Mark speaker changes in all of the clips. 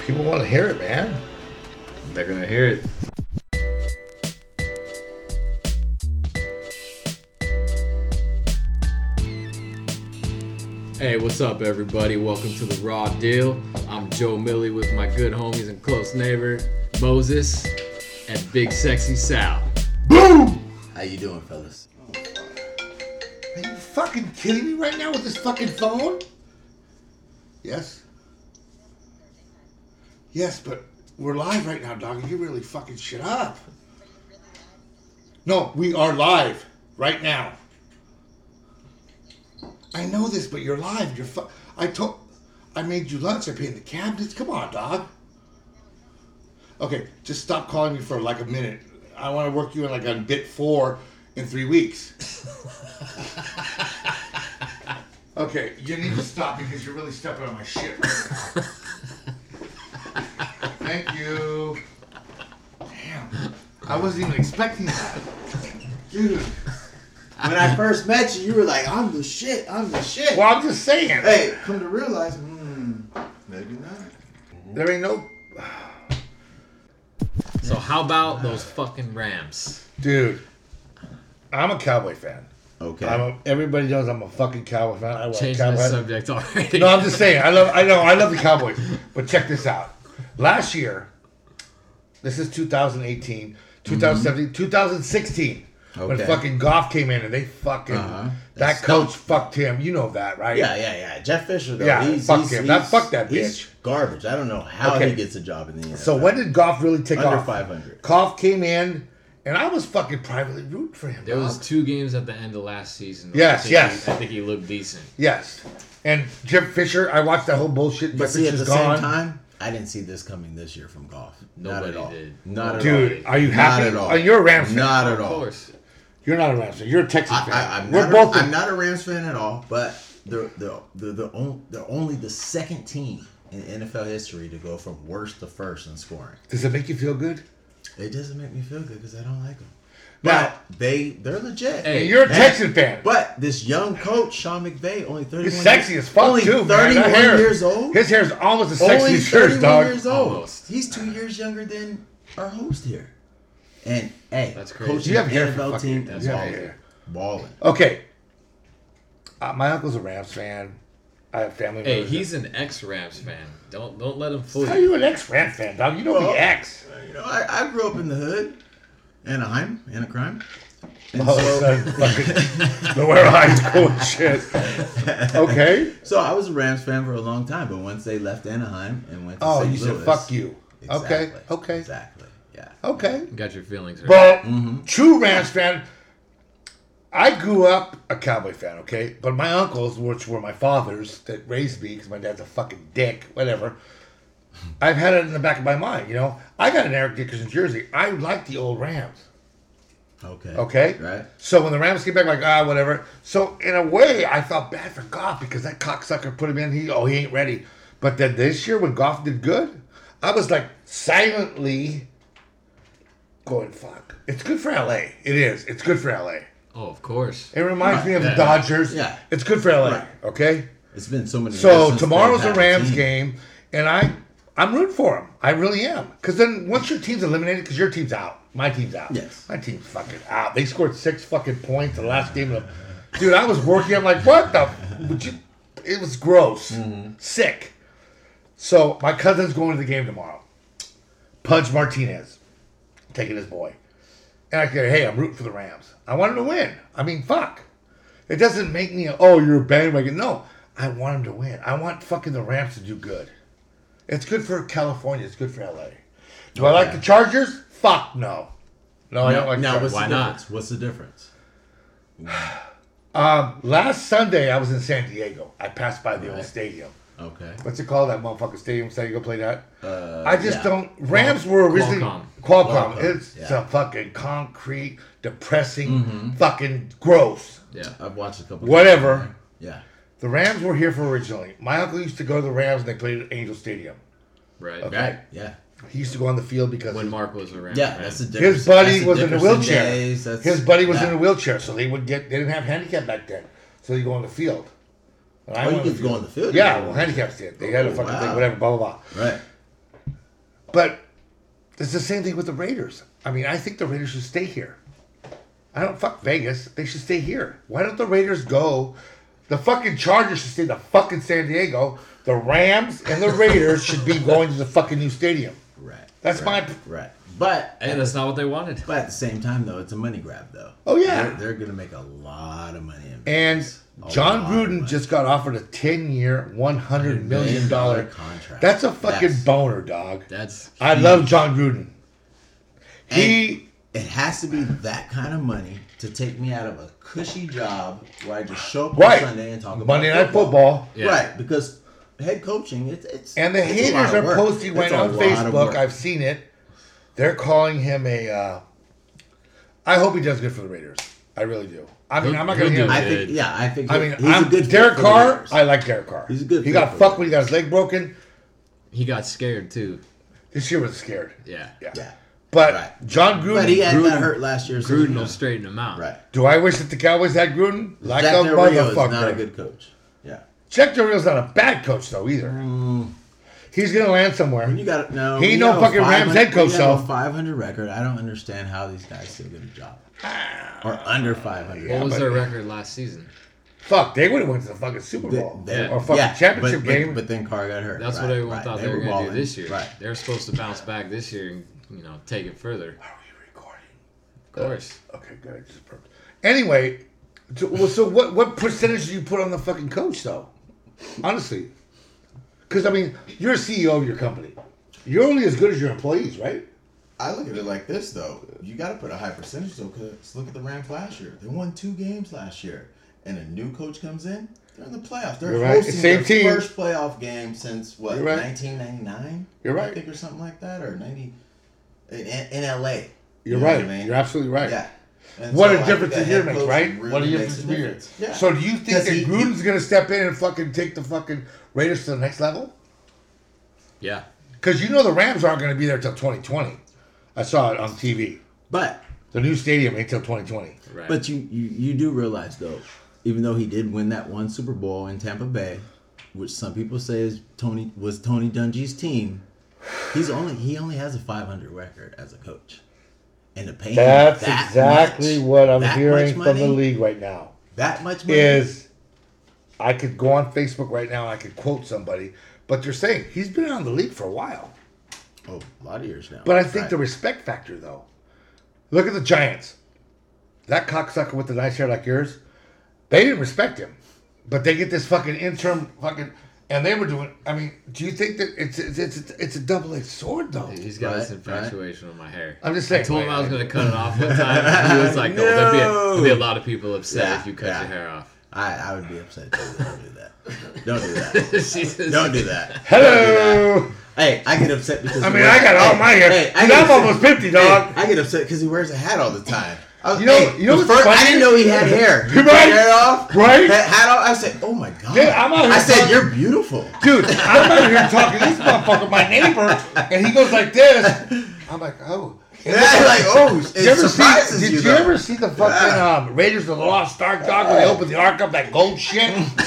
Speaker 1: People want to hear it, man.
Speaker 2: They're gonna hear it.
Speaker 3: Hey, what's up, everybody? Welcome to the Raw Deal. I'm Joe Millie with my good homies and close neighbor Moses and Big Sexy Sal.
Speaker 4: How you doing, fellas?
Speaker 1: Are you fucking kidding me right now with this fucking phone? Yes. Yes, but we're live right now, dog. You really fucking shit up. No, we are live right now. I know this, but you're live. You're fu- I told. I made you lunch. I painted the cabinets. Come on, dog. Okay, just stop calling me for like a minute. I want to work you in like on bit four in three weeks. okay, you need to stop because you're really stepping on my shit. Right now. Thank you. Damn, I wasn't even expecting that, dude.
Speaker 4: When I first met you, you were like, "I'm the shit. I'm the shit."
Speaker 1: Well, I'm just saying.
Speaker 4: Hey, come to realize, hmm, maybe not.
Speaker 1: There ain't no
Speaker 3: So how about those fucking Rams?
Speaker 1: dude. I'm a cowboy fan.
Speaker 4: Okay.
Speaker 1: I'm a, everybody knows I'm a fucking cowboy fan. I wear a
Speaker 3: Changing
Speaker 1: cowboy
Speaker 3: the
Speaker 1: hat.
Speaker 3: subject already.
Speaker 1: No, I'm just saying. I love. I know. I love the Cowboys. But check this out. Last year, this is 2018, 2017, 2016. When
Speaker 4: Mm-hmm. Okay.
Speaker 1: fucking Goff came in and they fucking
Speaker 4: Uh-huh.
Speaker 1: that
Speaker 4: That's
Speaker 1: coach fucked him. You know that, right?
Speaker 4: yeah, yeah, yeah. Jeff Fisher, though.
Speaker 1: Yeah,
Speaker 4: he's,
Speaker 1: fuck
Speaker 4: he's,
Speaker 1: him.
Speaker 4: he's-
Speaker 1: Fuck that
Speaker 4: He's
Speaker 1: bitch.
Speaker 4: garbage. I don't know how
Speaker 1: Okay.
Speaker 4: he gets a job in the NFL.
Speaker 1: So when did Goff really take
Speaker 4: Under
Speaker 1: off?
Speaker 4: 500.
Speaker 1: Goff came in, and I was fucking privately rooting for him.
Speaker 3: There was
Speaker 1: dog.
Speaker 3: two games at the end of last season. where
Speaker 1: Yes,
Speaker 3: I think
Speaker 1: yes.
Speaker 3: He, I think he looked decent.
Speaker 1: yes. And Jim Fisher, I watched that whole bullshit.
Speaker 4: But
Speaker 1: Jim
Speaker 4: see, at
Speaker 1: Fisher's
Speaker 4: the
Speaker 1: gone.
Speaker 4: same time, I didn't see this coming this year from golf. not at
Speaker 3: Nobody
Speaker 4: all.
Speaker 3: did.
Speaker 4: Not at all.
Speaker 1: Dude, are you
Speaker 4: Not
Speaker 1: happy?
Speaker 4: at all.
Speaker 1: Are you a Rams fan?
Speaker 4: Not
Speaker 3: Of
Speaker 4: at all.
Speaker 3: course.
Speaker 1: You're not a Rams fan. You're a Texas
Speaker 4: I,
Speaker 1: fan.
Speaker 4: I, I'm,
Speaker 1: We're
Speaker 4: not
Speaker 1: both.
Speaker 4: a, I'm not a Rams fan at all, but they're they're they're, they're, on, they're only the second team in NFL history to go from worst to first in scoring.
Speaker 1: Does it make you feel good?
Speaker 4: It doesn't make me feel good because I don't like them.
Speaker 1: Now-
Speaker 4: But they they're legit.
Speaker 3: Hey,
Speaker 1: And you're a
Speaker 4: Man,
Speaker 1: Texan fan.
Speaker 4: But this young coach, Sean McVay, only 31
Speaker 1: He's sexy
Speaker 4: years,
Speaker 1: as fuck
Speaker 4: only
Speaker 1: too,
Speaker 4: 31
Speaker 1: man. That hair,
Speaker 4: years old.
Speaker 1: His hair's almost as sexy
Speaker 4: only
Speaker 1: as yours,
Speaker 4: 31
Speaker 1: dog.
Speaker 4: years old.
Speaker 3: Almost.
Speaker 4: He's two years younger than our host here. And hey,
Speaker 3: That's crazy.
Speaker 4: Coach,
Speaker 1: You have hair for
Speaker 4: NFL
Speaker 1: fucking-
Speaker 4: team
Speaker 1: that's
Speaker 4: is
Speaker 1: all
Speaker 4: balling.
Speaker 1: hair.
Speaker 4: Balling.
Speaker 1: Okay. Uh, my uncle's a Rams fan. I have family.
Speaker 3: Hey,
Speaker 1: members that-
Speaker 3: he's an ex-Rams fan. Don't don't let him fool
Speaker 1: How
Speaker 3: you.
Speaker 1: you an ex Rams fan, dog? You know
Speaker 4: Well-
Speaker 1: the ex.
Speaker 4: You know, I, I grew up in the hood, Anaheim, Anaheim. And
Speaker 1: Oh, son,
Speaker 4: so,
Speaker 1: fucking nowhere high school and shit. Okay.
Speaker 4: so I was a Rams fan for a long time, but once they left Anaheim and went to
Speaker 1: Oh,
Speaker 4: St.
Speaker 1: you said
Speaker 4: Louis-
Speaker 1: fuck you. Okay.
Speaker 4: Exactly,
Speaker 1: Okay. Oh,
Speaker 4: Exactly. Yeah.
Speaker 1: Okay.
Speaker 3: Got your feelings hurt.
Speaker 1: But true Rams fan, I grew up a Cowboy fan, okay? But my uncles, which were my fathers that raised me, because my dad's a fucking dick, whatever, I've had it in the back of my mind, you know? I got an Eric Dickerson jersey. I like the old Rams,
Speaker 4: Okay.
Speaker 1: okay?
Speaker 4: Right.
Speaker 1: So when the Rams came back, I'm like, ah, whatever. So in a way, I felt bad for Goff because that cocksucker put him in. He, oh, he ain't ready. But then this year, when Goff did good, I was like silently going, fuck. It's good for LA. It is. It's good for LA.
Speaker 3: oh, of course.
Speaker 1: It reminds me of the
Speaker 3: yeah.
Speaker 1: Dodgers.
Speaker 4: Yeah.
Speaker 1: It's good for LA.
Speaker 4: Right.
Speaker 1: Okay.
Speaker 4: It's been so many. years
Speaker 1: So
Speaker 4: since
Speaker 1: tomorrow's
Speaker 4: they've
Speaker 1: a
Speaker 4: had
Speaker 1: Rams
Speaker 4: team.
Speaker 1: game, and I, I'm rooting for them. I really am. Because then once your team's eliminated, because your team's out, my team's out.
Speaker 4: Yes.
Speaker 1: My team's fucking out. They scored six fucking points in the last game of. Dude, I was working. I'm like, what the? Would you? It was gross, sick. So my cousin's going to the game tomorrow. Pudge Martinez, taking his boy, and I said, hey, I'm rooting for the Rams. I want them to win. I mean, fuck. It doesn't make me oh you're a bandwagon. No, I want him to win. I want fucking the Rams to do good. It's good for California. It's good for LA. Do I like the Chargers? Fuck no. No, I don't like.
Speaker 4: Now,
Speaker 1: the Chargers.
Speaker 4: what's
Speaker 3: Why
Speaker 4: the
Speaker 3: not?
Speaker 4: difference? What's the difference?
Speaker 1: Um, last Sunday I was in San Diego. I passed by the old stadium.
Speaker 4: Okay.
Speaker 1: What's it called? That motherfucking stadium? San Diego play that? I just
Speaker 4: yeah.
Speaker 1: don't. Rams were originally
Speaker 3: Qualcomm.
Speaker 1: Qualcomm.
Speaker 4: Qualcomm,
Speaker 1: It's
Speaker 4: yeah.
Speaker 1: a fucking concrete, depressing, fucking gross.
Speaker 3: Yeah.
Speaker 4: I've watched a couple.
Speaker 1: Whatever.
Speaker 4: Yeah.
Speaker 1: The Rams were here for originally. My uncle used to go to the Rams and they played at Angel Stadium.
Speaker 3: Right.
Speaker 4: Right. Yeah.
Speaker 1: He used to go on the field because
Speaker 3: When Mark was around.
Speaker 4: Yeah. That's the difference.
Speaker 1: his buddy
Speaker 4: That's the
Speaker 1: was in a
Speaker 4: difference
Speaker 1: wheelchair.
Speaker 4: days. That's-
Speaker 1: his buddy was
Speaker 4: yeah.
Speaker 1: in a wheelchair, so they would get they didn't have handicap back then, so they go on the field. And I
Speaker 4: Oh, you
Speaker 1: went on
Speaker 4: could go on the field.
Speaker 1: Yeah, well, handicaps did. They had a
Speaker 4: Oh,
Speaker 1: fucking
Speaker 4: wow.
Speaker 1: thing, whatever, blah blah blah.
Speaker 4: Right.
Speaker 1: But it's the same thing with the Raiders. I mean, I think the Raiders should stay here. I don't fuck Vegas. They should stay here. Why don't the Raiders go? The fucking Chargers should stay to fucking San Diego. The Rams and the Raiders should be going to the fucking new stadium.
Speaker 4: Right.
Speaker 1: That's
Speaker 4: right,
Speaker 1: my-
Speaker 4: right. But
Speaker 3: Hey, that's not what they wanted.
Speaker 4: but at the same time though, it's a money grab though.
Speaker 1: Oh, yeah.
Speaker 4: They're, they're gonna make a lot of money. In
Speaker 1: And
Speaker 4: A
Speaker 1: John
Speaker 4: lot of
Speaker 1: Gruden
Speaker 4: money.
Speaker 1: just got offered a ten-year, one hundred million dollar
Speaker 4: contract.
Speaker 1: That's a fucking
Speaker 4: That's-
Speaker 1: boner, dog.
Speaker 3: That's
Speaker 1: I love John Gruden. He
Speaker 4: it has to be that kind of money to take me out of a cushy job where I just show up
Speaker 1: right
Speaker 4: on Sunday and talk about
Speaker 1: Monday Night Football.
Speaker 3: Yeah.
Speaker 4: Right, because head coaching, it's it's
Speaker 1: And the
Speaker 4: it's a lot
Speaker 1: haters
Speaker 4: of
Speaker 1: are
Speaker 4: work.
Speaker 1: posting
Speaker 4: It's
Speaker 1: right
Speaker 4: a
Speaker 1: on
Speaker 4: lot of
Speaker 1: Facebook.
Speaker 4: work.
Speaker 1: I've seen it. They're calling him a. Uh, I hope he does good for the Raiders. I really do. I mean,
Speaker 3: He'll-
Speaker 1: I'm not
Speaker 3: he'll
Speaker 1: gonna.
Speaker 3: do
Speaker 1: Hear,
Speaker 4: I
Speaker 1: I,
Speaker 3: it.
Speaker 4: think, yeah, I think.
Speaker 1: I mean,
Speaker 4: he's
Speaker 1: I'm
Speaker 4: a good
Speaker 1: Derek
Speaker 4: fit for the
Speaker 1: Carr.
Speaker 4: Raiders.
Speaker 1: I like Derek Carr.
Speaker 4: He's a good
Speaker 1: He
Speaker 4: fit
Speaker 1: got
Speaker 4: for
Speaker 1: fucked
Speaker 4: the
Speaker 1: when he got his leg broken.
Speaker 3: he got scared too.
Speaker 1: This year was scared.
Speaker 3: Yeah.
Speaker 1: Yeah.
Speaker 4: yeah,
Speaker 1: But
Speaker 4: Right.
Speaker 1: John Gruden.
Speaker 4: but he had
Speaker 3: Gruden-
Speaker 4: that hurt last year. So
Speaker 3: Gruden
Speaker 4: you know.
Speaker 3: will straighten him out.
Speaker 4: right.
Speaker 1: Do I wish that the Cowboys had Gruden? Like
Speaker 4: Jack
Speaker 1: a
Speaker 4: Del Rio is
Speaker 1: motherfucker.
Speaker 4: not a good coach. Yeah, Mm.
Speaker 1: Jack Del Rio's not a bad coach though either. He's gonna land somewhere.
Speaker 4: you got to know.
Speaker 1: He ain't no fucking Rams head coach,
Speaker 4: So
Speaker 1: though.
Speaker 4: five hundred record. I don't understand how these guys still get a job or under five hundred.
Speaker 1: Ah. Yeah,
Speaker 3: What was
Speaker 1: but-
Speaker 3: their record last season?
Speaker 1: Fuck, they would have went to the fucking Super
Speaker 4: They-
Speaker 1: Bowl
Speaker 4: they-
Speaker 1: or fucking championship
Speaker 4: but,
Speaker 1: game.
Speaker 4: But, but then Carr got hurt.
Speaker 3: That's
Speaker 4: Right,
Speaker 3: what everyone
Speaker 4: right.
Speaker 3: thought they, were going to
Speaker 4: balling.
Speaker 3: do this year.
Speaker 4: Right.
Speaker 3: They're supposed to bounce back this year and you know take it further.
Speaker 1: Are we recording?
Speaker 3: Of course.
Speaker 1: Okay, good. I just burped. Anyway, so, well, so what? What percentage do you put on the fucking coach though? Honestly, because I mean, you're a CEO of your company. You're only as good as your employees, right?
Speaker 5: I look at it like this though. You got to put a high percentage though, because look at the Rams last year. They won two games last year, and a new coach comes in. They're in the playoffs. They're
Speaker 1: You're right.
Speaker 5: hosting
Speaker 1: Same
Speaker 5: their
Speaker 1: team.
Speaker 5: first playoff game since what?
Speaker 1: You're right.
Speaker 5: 1999.
Speaker 1: You're
Speaker 5: I
Speaker 1: right.
Speaker 5: think or something like that, or 90 in, in, in LA.
Speaker 1: You're
Speaker 5: know
Speaker 1: right.
Speaker 5: what I mean?
Speaker 1: You're absolutely right.
Speaker 5: Yeah. And
Speaker 1: What
Speaker 5: so I
Speaker 1: a
Speaker 5: think
Speaker 1: difference
Speaker 5: the
Speaker 1: a year
Speaker 5: head
Speaker 1: makes,
Speaker 5: coach
Speaker 1: right?
Speaker 5: really
Speaker 1: what a
Speaker 5: makes
Speaker 1: difference a year.
Speaker 5: difference. Yeah.
Speaker 1: So do you think
Speaker 5: Because
Speaker 1: that
Speaker 5: he-
Speaker 1: Gruden's going to step in and fucking take the fucking Raiders to the next level?
Speaker 3: Yeah.
Speaker 1: Because you know the Rams aren't going to be there till 2020. I saw it on TV.
Speaker 4: But
Speaker 1: The new stadium ain't till 2020.
Speaker 3: Right.
Speaker 4: but you, you you do realize though, even though he did win that one Super Bowl in Tampa Bay, which some people say is Tony was Tony Dungy's team, he's only he only has a 500 record as a coach, and to pay him
Speaker 1: That's
Speaker 4: that
Speaker 1: exactly
Speaker 4: much-
Speaker 1: what I'm
Speaker 4: that
Speaker 1: hearing
Speaker 4: much
Speaker 1: from the
Speaker 4: money,
Speaker 1: league right now.
Speaker 4: That much money
Speaker 1: Is I could go on Facebook right now and I could quote somebody, but they're saying he's been out of the league for a while.
Speaker 4: oh, a lot of years now.
Speaker 1: But I think
Speaker 4: Right.
Speaker 1: the respect factor, though. Look at the Giants. That cocksucker with the nice hair like yours, they didn't respect him. But they get this fucking interim fucking, and they were doing. I mean, do you think that it's it's it's, it's a double edged sword though?
Speaker 3: He's got this
Speaker 4: Right,
Speaker 3: infatuation with my hair.
Speaker 1: I'm just saying.
Speaker 3: I told him I
Speaker 1: like,
Speaker 3: was going to cut it off one time. He was like, no, there'd, be a, there'd be a lot of people upset
Speaker 4: Yeah,
Speaker 3: if you cut
Speaker 4: yeah.
Speaker 3: your hair off.
Speaker 4: I I would be upset. Too. Don't do that. Don't do that.
Speaker 3: She just-
Speaker 4: Don't do that. Don't do that.
Speaker 1: Hello.
Speaker 4: Hey, I get upset because
Speaker 1: I
Speaker 4: he
Speaker 1: mean,
Speaker 4: wears-
Speaker 1: I got all my hair. Dude,
Speaker 4: get
Speaker 1: I'm
Speaker 4: upset-
Speaker 1: almost 50, dog.
Speaker 4: I get upset because he wears a hat all the time. I was-
Speaker 1: You know- you know
Speaker 4: the
Speaker 1: what's
Speaker 4: I didn't
Speaker 1: funny?
Speaker 4: know he had hair. He
Speaker 1: Right?
Speaker 4: took Hair off,
Speaker 1: Right?
Speaker 4: That hat off. I said, "Oh my god!"
Speaker 1: Dude, I'm out here
Speaker 4: I said,
Speaker 1: talking-
Speaker 4: "You're beautiful."
Speaker 1: Dude, I'm out here talking to this motherfucker, my neighbor, and he goes like this. I'm like, oh. And
Speaker 4: And I'm like, "Oh, it
Speaker 1: You ever
Speaker 4: surprises
Speaker 1: see, did
Speaker 4: you."
Speaker 1: you,
Speaker 4: though.
Speaker 1: ever see the fucking um, Raiders of the Lost Ark dog when they open the ark up that gold shit?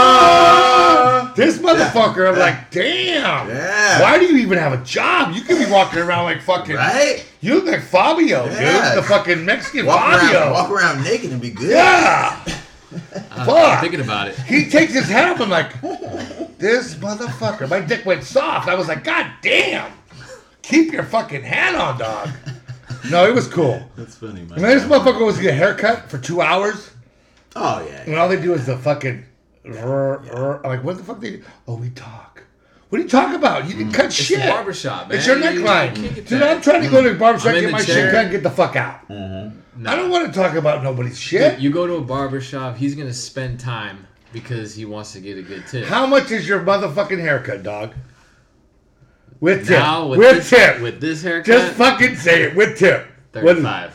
Speaker 1: Oh, this motherfucker, I'm like, damn.
Speaker 4: Ah! Yeah.
Speaker 1: Why do you even have a job? You could be walking around like fucking.
Speaker 4: right?
Speaker 1: You look like Fabio,
Speaker 4: Yeah.
Speaker 1: dude. The fucking Mexican
Speaker 4: Walk
Speaker 1: Fabio.
Speaker 4: around, walk around naked and be good.
Speaker 1: Yeah.
Speaker 3: I'm
Speaker 1: Fuck.
Speaker 3: thinking about it.
Speaker 1: He takes his hat off. I'm like, this motherfucker. My dick went soft. I was like, God damn. Keep your fucking hat on, dog. No, it was cool.
Speaker 4: That's funny, man.
Speaker 1: I mean, this motherfucker was getting a haircut for two hours,
Speaker 4: Oh yeah.
Speaker 1: and all they do is the fucking. rrr, rrr. I'm like, what the fuck they do? Oh, we talk. What do you talk about? You didn't cut
Speaker 3: Mm. It's
Speaker 1: shit.
Speaker 3: the barbershop, man.
Speaker 1: It's your
Speaker 3: You- you
Speaker 1: neckline.
Speaker 3: can't get
Speaker 1: Dude,
Speaker 3: that.
Speaker 1: I'm trying to go to the barbershop,
Speaker 3: I'm in
Speaker 1: get
Speaker 3: the
Speaker 1: my
Speaker 3: chair.
Speaker 1: shit cut, and get the fuck out. I don't want to talk about nobody's shit.
Speaker 3: You go to a barber shop, he's going to spend time because he wants to get a good tip.
Speaker 1: How much is your motherfucking haircut, dog? With tip.
Speaker 3: now
Speaker 1: with
Speaker 3: with, this,
Speaker 1: tip.
Speaker 3: with this haircut,
Speaker 1: Just fucking say it. With tip. What is it?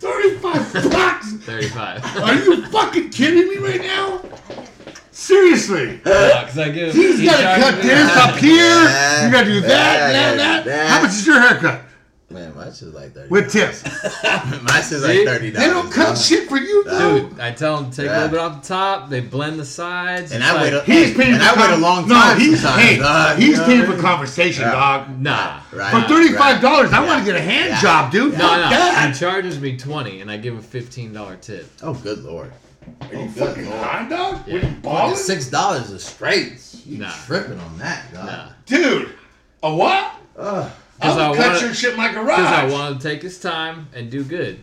Speaker 3: 35.
Speaker 1: 35 bucks?
Speaker 3: 35.
Speaker 1: Are you fucking kidding me right now? Seriously.
Speaker 3: Because I give
Speaker 1: He's
Speaker 3: he
Speaker 1: got to
Speaker 3: charges
Speaker 1: cut
Speaker 3: me
Speaker 1: this
Speaker 3: that.
Speaker 1: up here.
Speaker 4: that,
Speaker 1: You got to do that,
Speaker 4: that,
Speaker 1: that, that.
Speaker 4: that.
Speaker 1: How much is your haircut?
Speaker 4: Man, my
Speaker 6: My shit's like thirty.
Speaker 1: with tips.
Speaker 6: my shit's
Speaker 3: See?
Speaker 6: like thirty
Speaker 1: They don't
Speaker 6: dollars.
Speaker 1: cut shit for you, dude.
Speaker 3: Dude, I tell them take a
Speaker 6: Yeah.
Speaker 3: little bit off the top. They blend the sides.
Speaker 6: And
Speaker 3: It's
Speaker 6: I wait.
Speaker 3: like,
Speaker 6: A,
Speaker 1: He's paying.
Speaker 6: and
Speaker 1: for
Speaker 6: I wait a
Speaker 1: con-
Speaker 6: long
Speaker 1: no,
Speaker 6: time.
Speaker 1: he's
Speaker 6: sometimes,
Speaker 1: hey,
Speaker 6: dog, you
Speaker 1: he's
Speaker 6: know
Speaker 1: paying
Speaker 6: what I
Speaker 1: for
Speaker 6: mean?
Speaker 1: conversation,
Speaker 6: Yeah.
Speaker 1: dog.
Speaker 3: nah.
Speaker 6: Right.
Speaker 1: For thirty five dollars, I
Speaker 6: Yeah.
Speaker 1: want to get a hand
Speaker 6: Yeah.
Speaker 1: job, dude.
Speaker 3: No,
Speaker 1: Fuck
Speaker 3: no.
Speaker 1: that.
Speaker 3: He charges me twenty, and I give him fifteen dollar tip.
Speaker 6: Oh, good lord!
Speaker 1: Are you
Speaker 4: good
Speaker 1: Oh, fucking
Speaker 4: lord.
Speaker 1: high, dog?
Speaker 3: Yeah.
Speaker 1: What Are you balling?
Speaker 6: Six dollars is straight,
Speaker 4: You
Speaker 3: Nah.
Speaker 4: tripping on that, dog.
Speaker 3: Nah.
Speaker 1: dude? A what?
Speaker 4: Ugh.
Speaker 1: I
Speaker 3: Because
Speaker 1: would
Speaker 3: I
Speaker 1: cut
Speaker 3: wanna-
Speaker 1: your shit in my
Speaker 3: Because I
Speaker 1: garage.
Speaker 3: want him to take his time and do good.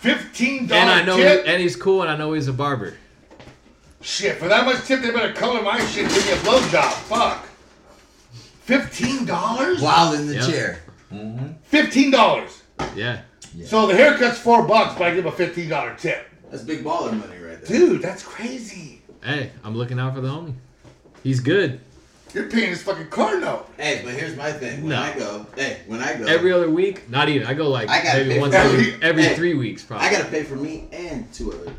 Speaker 1: Fifteen
Speaker 3: And I
Speaker 1: dollar
Speaker 3: know,
Speaker 1: tip.
Speaker 3: and he's cool, and I know he's a barber.
Speaker 1: Shit, for that much tip, they better color my shit and give me a blowjob. Fuck. Fifteen dollars?
Speaker 6: wild in the
Speaker 3: Yeah.
Speaker 6: chair.
Speaker 1: Fifteen dollars.
Speaker 3: Yeah.
Speaker 1: So the haircut's four bucks, but I give a fifteen dollar tip.
Speaker 4: That's big baller money right there.
Speaker 1: Dude, that's crazy.
Speaker 3: Hey, I'm looking out for the homie. He's good.
Speaker 1: You're paying his fucking car note.
Speaker 4: Hey, but here's my thing. When
Speaker 3: No.
Speaker 4: I go, hey, when I go,
Speaker 3: Every other week, not even. I go like
Speaker 4: I gotta
Speaker 3: maybe
Speaker 4: pay
Speaker 3: once
Speaker 4: for
Speaker 3: every,
Speaker 1: it.
Speaker 3: every
Speaker 4: Hey,
Speaker 3: three weeks probably.
Speaker 4: I gotta pay for me and two other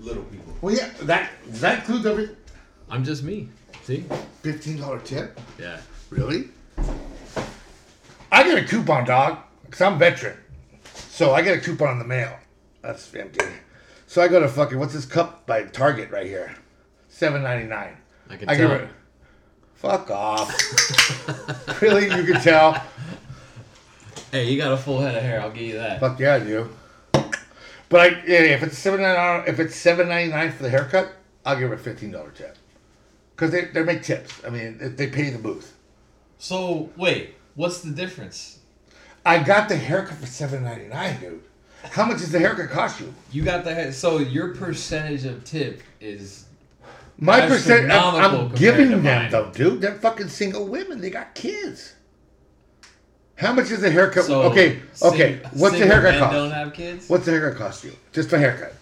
Speaker 4: little people.
Speaker 1: Well, yeah, that does that include every
Speaker 3: I'm just me. See?
Speaker 1: fifteen dollar tip?
Speaker 3: Yeah.
Speaker 1: Really? I get a coupon, dog, because I'm veteran. So I get a coupon in the mail. That's empty. So I go to fucking what's this cup by Target right here? Seven ninety nine.
Speaker 3: I can
Speaker 1: I
Speaker 3: tell.
Speaker 1: give it. Fuck off. really, you can tell.
Speaker 3: Hey, you got a full head of hair. I'll give you that.
Speaker 1: Fuck yeah, I do. But I, yeah, if it's seven nine, uh, if it's seven ninety nine for the haircut, I'll give her a fifteen dollar tip. Cause they they make tips. I mean, if they pay the booth.
Speaker 3: So wait, what's the difference?
Speaker 1: I got the haircut for seven ninety nine, dude. How much does the haircut cost you?
Speaker 3: You got the head. So your percentage of tip is
Speaker 1: My
Speaker 3: That's
Speaker 1: percent, I'm, I'm
Speaker 3: astronomical
Speaker 1: giving
Speaker 3: compared to
Speaker 1: them though,
Speaker 3: mine.
Speaker 1: dude. They're fucking single women. They got kids. How much is the haircut?
Speaker 3: so.
Speaker 1: okay,
Speaker 3: sing-
Speaker 1: okay. What's the
Speaker 3: single
Speaker 1: haircut
Speaker 3: men
Speaker 1: cost?
Speaker 3: Don't have kids.
Speaker 1: What's the haircut cost you? Just a haircut.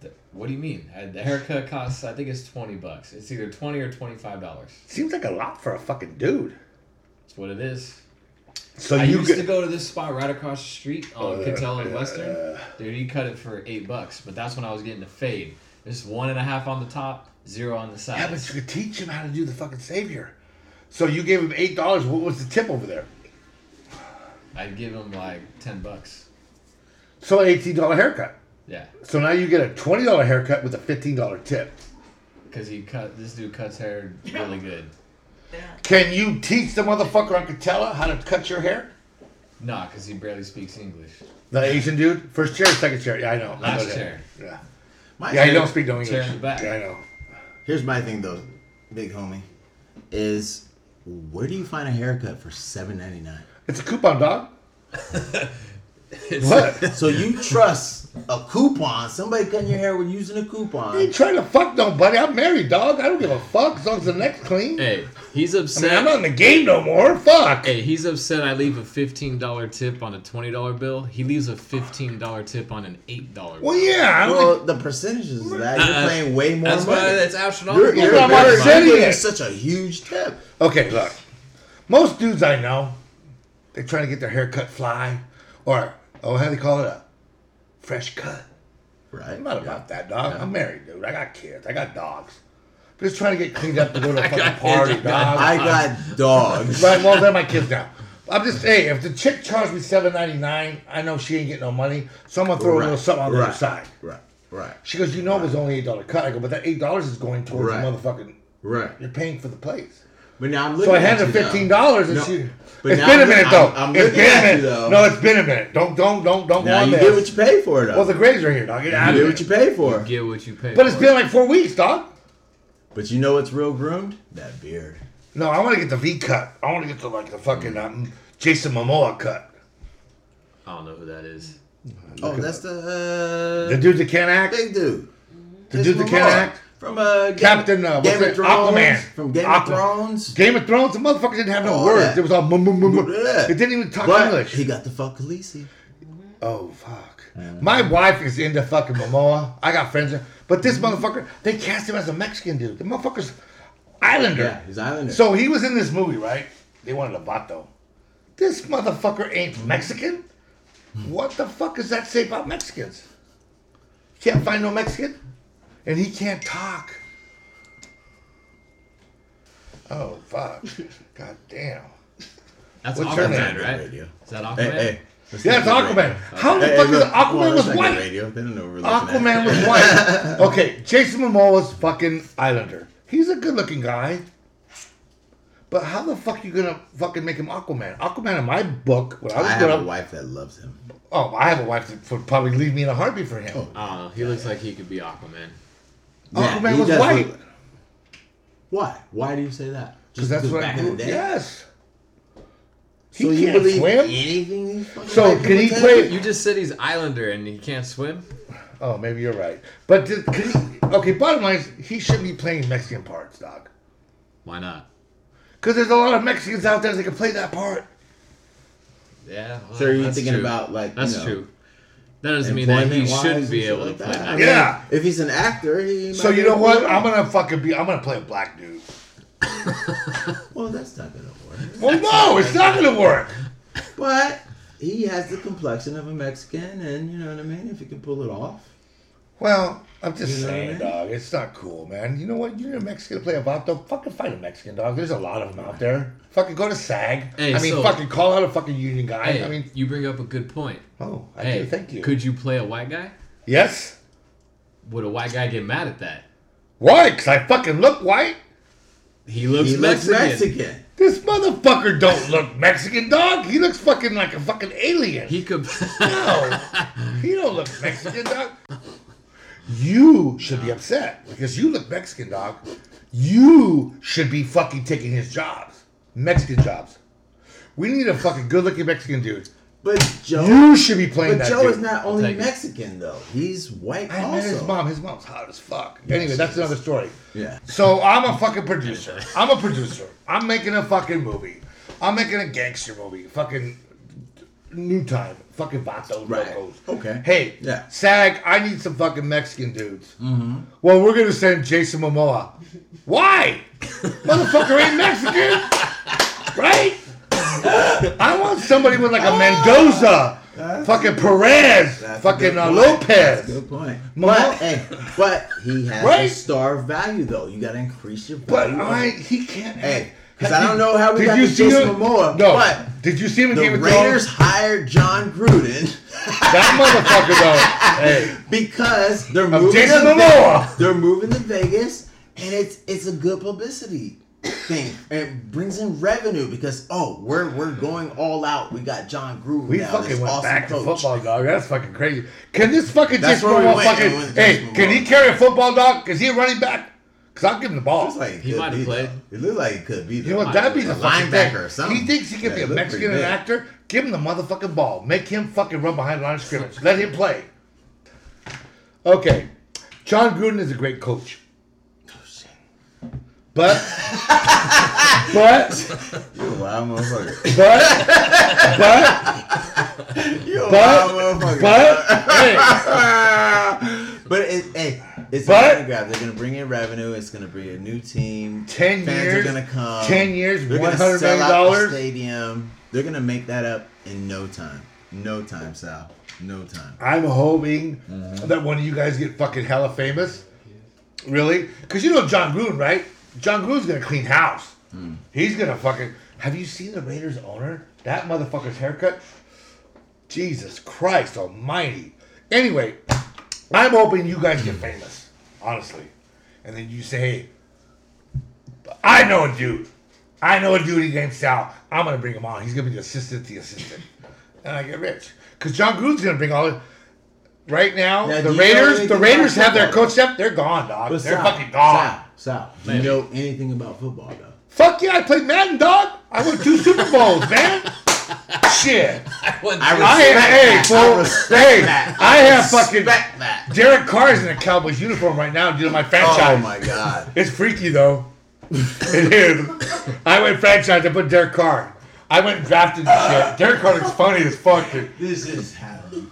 Speaker 3: The- What do you mean? Uh, The haircut costs. I think it's twenty bucks. It's either twenty or twenty five dollars.
Speaker 1: Seems like a lot for a fucking dude.
Speaker 3: That's what it is.
Speaker 1: So
Speaker 3: I
Speaker 1: you
Speaker 3: used
Speaker 1: get,
Speaker 3: to go to this spot right across the street on
Speaker 1: Uh,
Speaker 3: Cotello and
Speaker 1: yeah.
Speaker 3: Western. Dude, he cut it for eight bucks, but that's when I was getting a fade. It's one and a half on the top, zero on the
Speaker 1: Yeah, but
Speaker 3: sides.
Speaker 1: you could teach him how to do the fucking savior. So you gave him eight dollars. What was the tip over there?
Speaker 3: I'd give him like ten bucks.
Speaker 1: So an eighteen dollar haircut.
Speaker 3: Yeah,
Speaker 1: So now you get a twenty dollar haircut with a fifteen dollar tip.
Speaker 3: because he cut. This dude cuts hair really good.
Speaker 1: Can you teach the motherfucker on Catella how to cut your hair?
Speaker 3: Nah, because he barely speaks English.
Speaker 1: The Asian dude, first chair, second chair. Yeah, I know. I know
Speaker 3: Last
Speaker 1: that.
Speaker 3: chair.
Speaker 1: Yeah,
Speaker 6: My
Speaker 1: yeah. I
Speaker 6: shit-
Speaker 1: don't speak no English.
Speaker 3: Chair in the back.
Speaker 1: Yeah, I know.
Speaker 6: Here's my thing though, big homie, is where do you find a haircut for seven ninety nine?
Speaker 1: It's a coupon, dog. what?
Speaker 6: So you trust a coupon? Somebody cutting your hair with using a coupon?
Speaker 1: I ain't trying to fuck nobody. I'm married, dog. I don't give a fuck as long as the neck's clean.
Speaker 3: Hey, he's
Speaker 1: I
Speaker 3: upset.
Speaker 1: mean, I'm not in the game no more. Fuck.
Speaker 3: Hey, he's upset I leave a $15 tip on a $20 bill. He leaves a $15 tip on an $8 bill.
Speaker 1: Well, yeah. I don't
Speaker 6: Well, the percentages of that
Speaker 3: Uh,
Speaker 6: you're playing way more
Speaker 3: that's why
Speaker 6: money.
Speaker 3: that's astronomical.
Speaker 1: You're not
Speaker 6: very-
Speaker 1: upsetting
Speaker 6: you're getting
Speaker 1: it.
Speaker 6: such a huge tip.
Speaker 1: Okay, look. Most dudes I know, they're trying to get their hair cut fly, or oh, how do they call it a fresh cut?
Speaker 6: Right.
Speaker 1: I'm not about that, dog. I'm married, dude. I got kids. I got dogs. I'm just trying to get cleaned up to go to a fucking party,
Speaker 3: kids,
Speaker 1: dog.
Speaker 6: I got dogs.
Speaker 1: right, well, they're my kids now. I'm just hey, if the chick charged me seven ninety nine, I know she ain't getting no money, so I'm gonna throw a little
Speaker 6: Right,
Speaker 1: something on the other
Speaker 6: right,
Speaker 1: side.
Speaker 6: Right. Right.
Speaker 1: She goes, you know, it was only eight dollar cut. I go, but that eight dollars is going towards
Speaker 6: Right.
Speaker 1: the motherfucking.
Speaker 6: Right.
Speaker 1: You're paying for the place.
Speaker 6: But now I'm looking.
Speaker 1: So I
Speaker 6: at
Speaker 1: handed
Speaker 6: you,
Speaker 1: her
Speaker 6: though.
Speaker 1: fifteen dollars, and
Speaker 6: No,
Speaker 1: she.
Speaker 6: but
Speaker 1: it's
Speaker 6: now
Speaker 1: been a
Speaker 6: I'm-
Speaker 1: minute
Speaker 6: I'm-
Speaker 1: though.
Speaker 6: I'm
Speaker 1: it's
Speaker 6: looking
Speaker 1: been a
Speaker 6: at you,
Speaker 1: minute.
Speaker 6: though.
Speaker 1: no, it's been a minute. Don't don't don't don't go
Speaker 6: Now
Speaker 1: on
Speaker 6: you
Speaker 1: there.
Speaker 6: get what you pay for, though.
Speaker 1: well, the grades are here, dog. Get out
Speaker 6: you
Speaker 1: of
Speaker 6: get
Speaker 1: here.
Speaker 6: what you pay for.
Speaker 3: Get what you pay
Speaker 1: But it's
Speaker 3: for.
Speaker 1: been like four weeks, dog.
Speaker 6: But you know what's real groomed? That beard.
Speaker 1: No, I want to get the V cut. I want to get the like the fucking um, Jason Momoa cut.
Speaker 3: I don't know who that is.
Speaker 6: Oh, that's the, uh,
Speaker 1: The dude that can't act.
Speaker 6: big dude.
Speaker 1: The dude that
Speaker 6: Momoa
Speaker 1: can't act.
Speaker 6: From uh, Game,
Speaker 1: Captain, uh, what's
Speaker 6: Game of
Speaker 1: it?
Speaker 6: Thrones.
Speaker 1: Aquaman.
Speaker 6: From Game
Speaker 1: Aqua-
Speaker 6: of Thrones.
Speaker 1: Game of Thrones, the motherfucker didn't have no
Speaker 6: Oh,
Speaker 1: words.
Speaker 6: yeah.
Speaker 1: It was all. Mum, mum, mum, mum.
Speaker 6: Yeah.
Speaker 1: It didn't even talk
Speaker 6: But
Speaker 1: English.
Speaker 6: he got the fuck Khaleesi.
Speaker 1: Oh fuck! My wife is into fucking Momoa. I got friends, there. but this
Speaker 6: Mm-hmm.
Speaker 1: motherfucker, they cast him as a Mexican dude. The motherfucker's Islander.
Speaker 6: Yeah, he's Islander.
Speaker 1: So he was in this movie, right? They wanted a vato. This motherfucker ain't Mexican. What the fuck does that say about Mexicans? Can't find no Mexican, and he can't talk. Oh fuck! God damn.
Speaker 3: That's
Speaker 1: What's her
Speaker 3: Aquaman,
Speaker 1: name?
Speaker 3: right?
Speaker 6: Radio.
Speaker 3: Is that Aquaman?
Speaker 6: Hey, hey,
Speaker 1: Yeah, it's Aquaman. How the
Speaker 7: Hey,
Speaker 1: fuck
Speaker 7: hey,
Speaker 1: is
Speaker 7: look, come on, that's
Speaker 1: Aquaman was
Speaker 7: not good
Speaker 1: white?
Speaker 7: Radio. They don't know we're looking at.
Speaker 1: Aquaman was white. Okay, Jason Momoa's fucking Islander. He's a good-looking guy. But how the fuck you gonna fucking make him Aquaman? Aquaman in my book, when I
Speaker 7: I
Speaker 1: was
Speaker 7: have
Speaker 1: growing
Speaker 7: a
Speaker 1: up,
Speaker 7: wife that loves him.
Speaker 1: oh, I have a wife that would probably leave me in a heartbeat for him.
Speaker 7: Oh,
Speaker 3: Uh, he looks like he could be Aquaman.
Speaker 4: Yeah,
Speaker 1: Aquaman
Speaker 4: he
Speaker 1: was
Speaker 4: does
Speaker 1: white.
Speaker 4: look- Why? Why do you say that?
Speaker 1: Because
Speaker 4: Just
Speaker 1: that's what
Speaker 4: back
Speaker 1: I
Speaker 4: in the
Speaker 1: grew.
Speaker 4: day.
Speaker 1: Yes. He
Speaker 4: So you
Speaker 1: can't
Speaker 4: believe
Speaker 1: swim.
Speaker 4: anything these fucking
Speaker 1: So
Speaker 4: white
Speaker 1: can he
Speaker 4: people tell you?
Speaker 1: play?
Speaker 3: You just said he's Islander and he can't swim.
Speaker 1: Oh, maybe you're right. But did, can he, okay. Bottom line is he shouldn't be playing Mexican parts, dog.
Speaker 3: Why not?
Speaker 1: Because there's a lot of Mexicans out there that can play that part.
Speaker 3: Yeah. well,
Speaker 4: So are you
Speaker 3: that's
Speaker 4: thinking
Speaker 3: true.
Speaker 4: about like
Speaker 3: That's
Speaker 4: you know,
Speaker 3: true. That doesn't mean that he
Speaker 4: employment-wise
Speaker 3: shouldn't be
Speaker 4: and shit
Speaker 3: able to
Speaker 4: like
Speaker 3: play.
Speaker 4: that? I
Speaker 3: That.
Speaker 4: mean,
Speaker 1: Yeah.
Speaker 4: If he's an actor, he.
Speaker 1: So
Speaker 4: might
Speaker 1: you
Speaker 4: be
Speaker 1: know
Speaker 4: able
Speaker 1: what?
Speaker 4: to-
Speaker 1: I'm gonna fucking be. I'm gonna play a black dude.
Speaker 4: Well, that's not gonna work.
Speaker 1: Well, no, it's not gonna work.
Speaker 4: But he has the complexion of a Mexican, and you know what I mean. If he can pull it off,
Speaker 1: Well, I'm just
Speaker 4: You know what I
Speaker 1: saying,
Speaker 4: mean?
Speaker 1: dog. It's not cool, man. You know what? You're a Mexican to play a vato. Fucking find a Mexican, dog. There's a lot of them out there. Fucking go to SAG.
Speaker 3: Hey,
Speaker 1: I mean,
Speaker 3: so-
Speaker 1: fucking call out a fucking union guy.
Speaker 3: Hey,
Speaker 1: I mean,
Speaker 3: you bring up a good point.
Speaker 1: oh, I
Speaker 3: hey,
Speaker 1: do. Thank you.
Speaker 3: Could you play a white guy?
Speaker 1: yes.
Speaker 3: Would a white guy get mad at that?
Speaker 1: Why? Because I fucking look white.
Speaker 3: He looks
Speaker 4: he looks
Speaker 3: Mexican.
Speaker 4: Mexican.
Speaker 1: This motherfucker don't look Mexican, dog. He looks fucking like a fucking alien.
Speaker 3: He could.
Speaker 1: no, he don't look Mexican, dog. You should be upset because you look Mexican, dog. You should be fucking taking his jobs, Mexican jobs. We need a fucking good-looking Mexican dude.
Speaker 4: But Joe,
Speaker 1: You should be playing
Speaker 4: but
Speaker 1: that.
Speaker 4: Joe
Speaker 1: dude.
Speaker 4: is not
Speaker 3: take
Speaker 4: only
Speaker 3: it.
Speaker 4: Mexican though. He's white
Speaker 1: I
Speaker 4: also.
Speaker 1: met his mom. His mom's hot as fuck. anyway,
Speaker 4: she
Speaker 1: that's
Speaker 4: is.
Speaker 1: another story.
Speaker 4: Yeah.
Speaker 1: So I'm a fucking producer. I'm a producer. I'm making a fucking movie. I'm making a gangster movie. Fucking new time. Fucking Vato
Speaker 4: Right.
Speaker 1: Locos.
Speaker 4: Okay.
Speaker 1: Hey,
Speaker 4: Yeah. Mm-hmm.
Speaker 1: SAG, I need some fucking Mexican dudes. Well, we're gonna send Jason Momoa. Why? Motherfucker ain't Mexican, right? I want somebody with like a Mendoza, fucking Perez,
Speaker 4: That's a
Speaker 1: fucking
Speaker 4: good
Speaker 1: uh,
Speaker 4: point.
Speaker 1: Lopez.
Speaker 4: That's a good point.
Speaker 1: Mom-
Speaker 4: But hey, but he has
Speaker 1: Right?
Speaker 4: a star value though. You gotta increase your
Speaker 1: But
Speaker 4: value.
Speaker 1: I, he can't.
Speaker 4: Hey,
Speaker 1: Have
Speaker 4: 'cause I
Speaker 1: you-
Speaker 4: don't know how we
Speaker 1: did
Speaker 4: got
Speaker 1: you
Speaker 4: to
Speaker 1: see
Speaker 4: Jason
Speaker 1: him-
Speaker 4: Momoa,
Speaker 1: No,
Speaker 4: but
Speaker 1: did you see him in
Speaker 4: the
Speaker 1: Game of
Speaker 4: Raiders
Speaker 1: Thrones?
Speaker 4: hired John Gruden
Speaker 1: That motherfucker though. Hey,
Speaker 4: because they're
Speaker 1: Of
Speaker 4: moving.
Speaker 1: Jason
Speaker 4: to Ve-
Speaker 1: Momoa.
Speaker 4: They're moving to Vegas, and it's it's a good publicity thing. And It brings in revenue because oh, we're we're going all out. We got John Gruden.
Speaker 1: we
Speaker 4: now,
Speaker 1: fucking
Speaker 4: this
Speaker 1: went
Speaker 4: awesome
Speaker 1: back
Speaker 4: coach.
Speaker 1: to football, dog. That's fucking crazy. Can this fucking
Speaker 4: That's
Speaker 1: Jason
Speaker 4: where we
Speaker 1: Momoa
Speaker 4: went,
Speaker 1: fucking?
Speaker 4: it was
Speaker 1: hey,
Speaker 4: Jason
Speaker 1: can he
Speaker 4: Momoa.
Speaker 1: carry a football, dog? Is he a running back? Cause I'll give him the ball.
Speaker 7: Looks like
Speaker 3: He
Speaker 7: could
Speaker 3: might have
Speaker 7: be,
Speaker 3: played.
Speaker 7: though. It looked like it could be.
Speaker 1: You know
Speaker 7: though.
Speaker 1: what? That'd be the
Speaker 7: a
Speaker 1: fucking
Speaker 7: linebacker
Speaker 1: thing.
Speaker 7: or something.
Speaker 1: He thinks he can
Speaker 7: Yeah,
Speaker 1: be
Speaker 7: it
Speaker 1: a
Speaker 7: looked
Speaker 1: Mexican
Speaker 7: pretty big.
Speaker 1: actor. Give him the motherfucking ball. Make him fucking run behind the line of scrimmage. Let him play. Okay, John Gruden is a great coach. But, but,
Speaker 7: You a wild motherfucker.
Speaker 1: but, but,
Speaker 7: You a
Speaker 1: But-
Speaker 7: wild motherfucker.
Speaker 1: but, hey,
Speaker 4: But it, hey, it's
Speaker 1: But-
Speaker 4: a money grab. They're gonna bring in revenue. It's gonna bring a new team.
Speaker 1: 10
Speaker 4: Fans
Speaker 1: years,
Speaker 4: are gonna come.
Speaker 1: 10 years,
Speaker 4: They're gonna
Speaker 1: $100
Speaker 4: sell
Speaker 1: million
Speaker 4: out the
Speaker 1: dollars.
Speaker 4: stadium. They're gonna make that up in no time. No time, Sal. No time.
Speaker 1: I'm hoping that one of you guys get fucking hella famous. Really? Because you know John Gruden, right? John Gruden's gonna clean house.
Speaker 4: Hmm.
Speaker 1: He's gonna fucking. Have you seen the Raiders owner? That motherfucker's haircut. Jesus Christ Almighty. Anyway, I'm hoping you guys get famous, honestly, and then you say, "Hey, I know a dude. I know a dude. His named Sal. I'm gonna bring him on. He's gonna be the assistant, to the assistant, and I get rich because John Gruden's gonna bring all the." Right now,
Speaker 4: Now,
Speaker 1: the
Speaker 4: do you know
Speaker 1: Raiders,
Speaker 4: anything
Speaker 1: the
Speaker 4: about
Speaker 1: Raiders have their
Speaker 4: football?
Speaker 1: coach up. They're gone, dog.
Speaker 4: But
Speaker 1: They're
Speaker 4: Sal,
Speaker 1: fucking gone.
Speaker 4: Sal, Sal, do you know anything about football though?
Speaker 1: Fuck yeah, I played Madden, dog. I won two Super Bowls, man. Shit. I hey, fool. Hey, I have fucking
Speaker 4: Respect that.
Speaker 1: Derek Carr's in a Cowboys uniform right now due to my franchise.
Speaker 4: Oh my god.
Speaker 1: It's freaky though. it is. I went franchise. I put Derek Carr. I went and drafted shit. Derek Carr looks funny as fuck. dude.
Speaker 7: This is happening.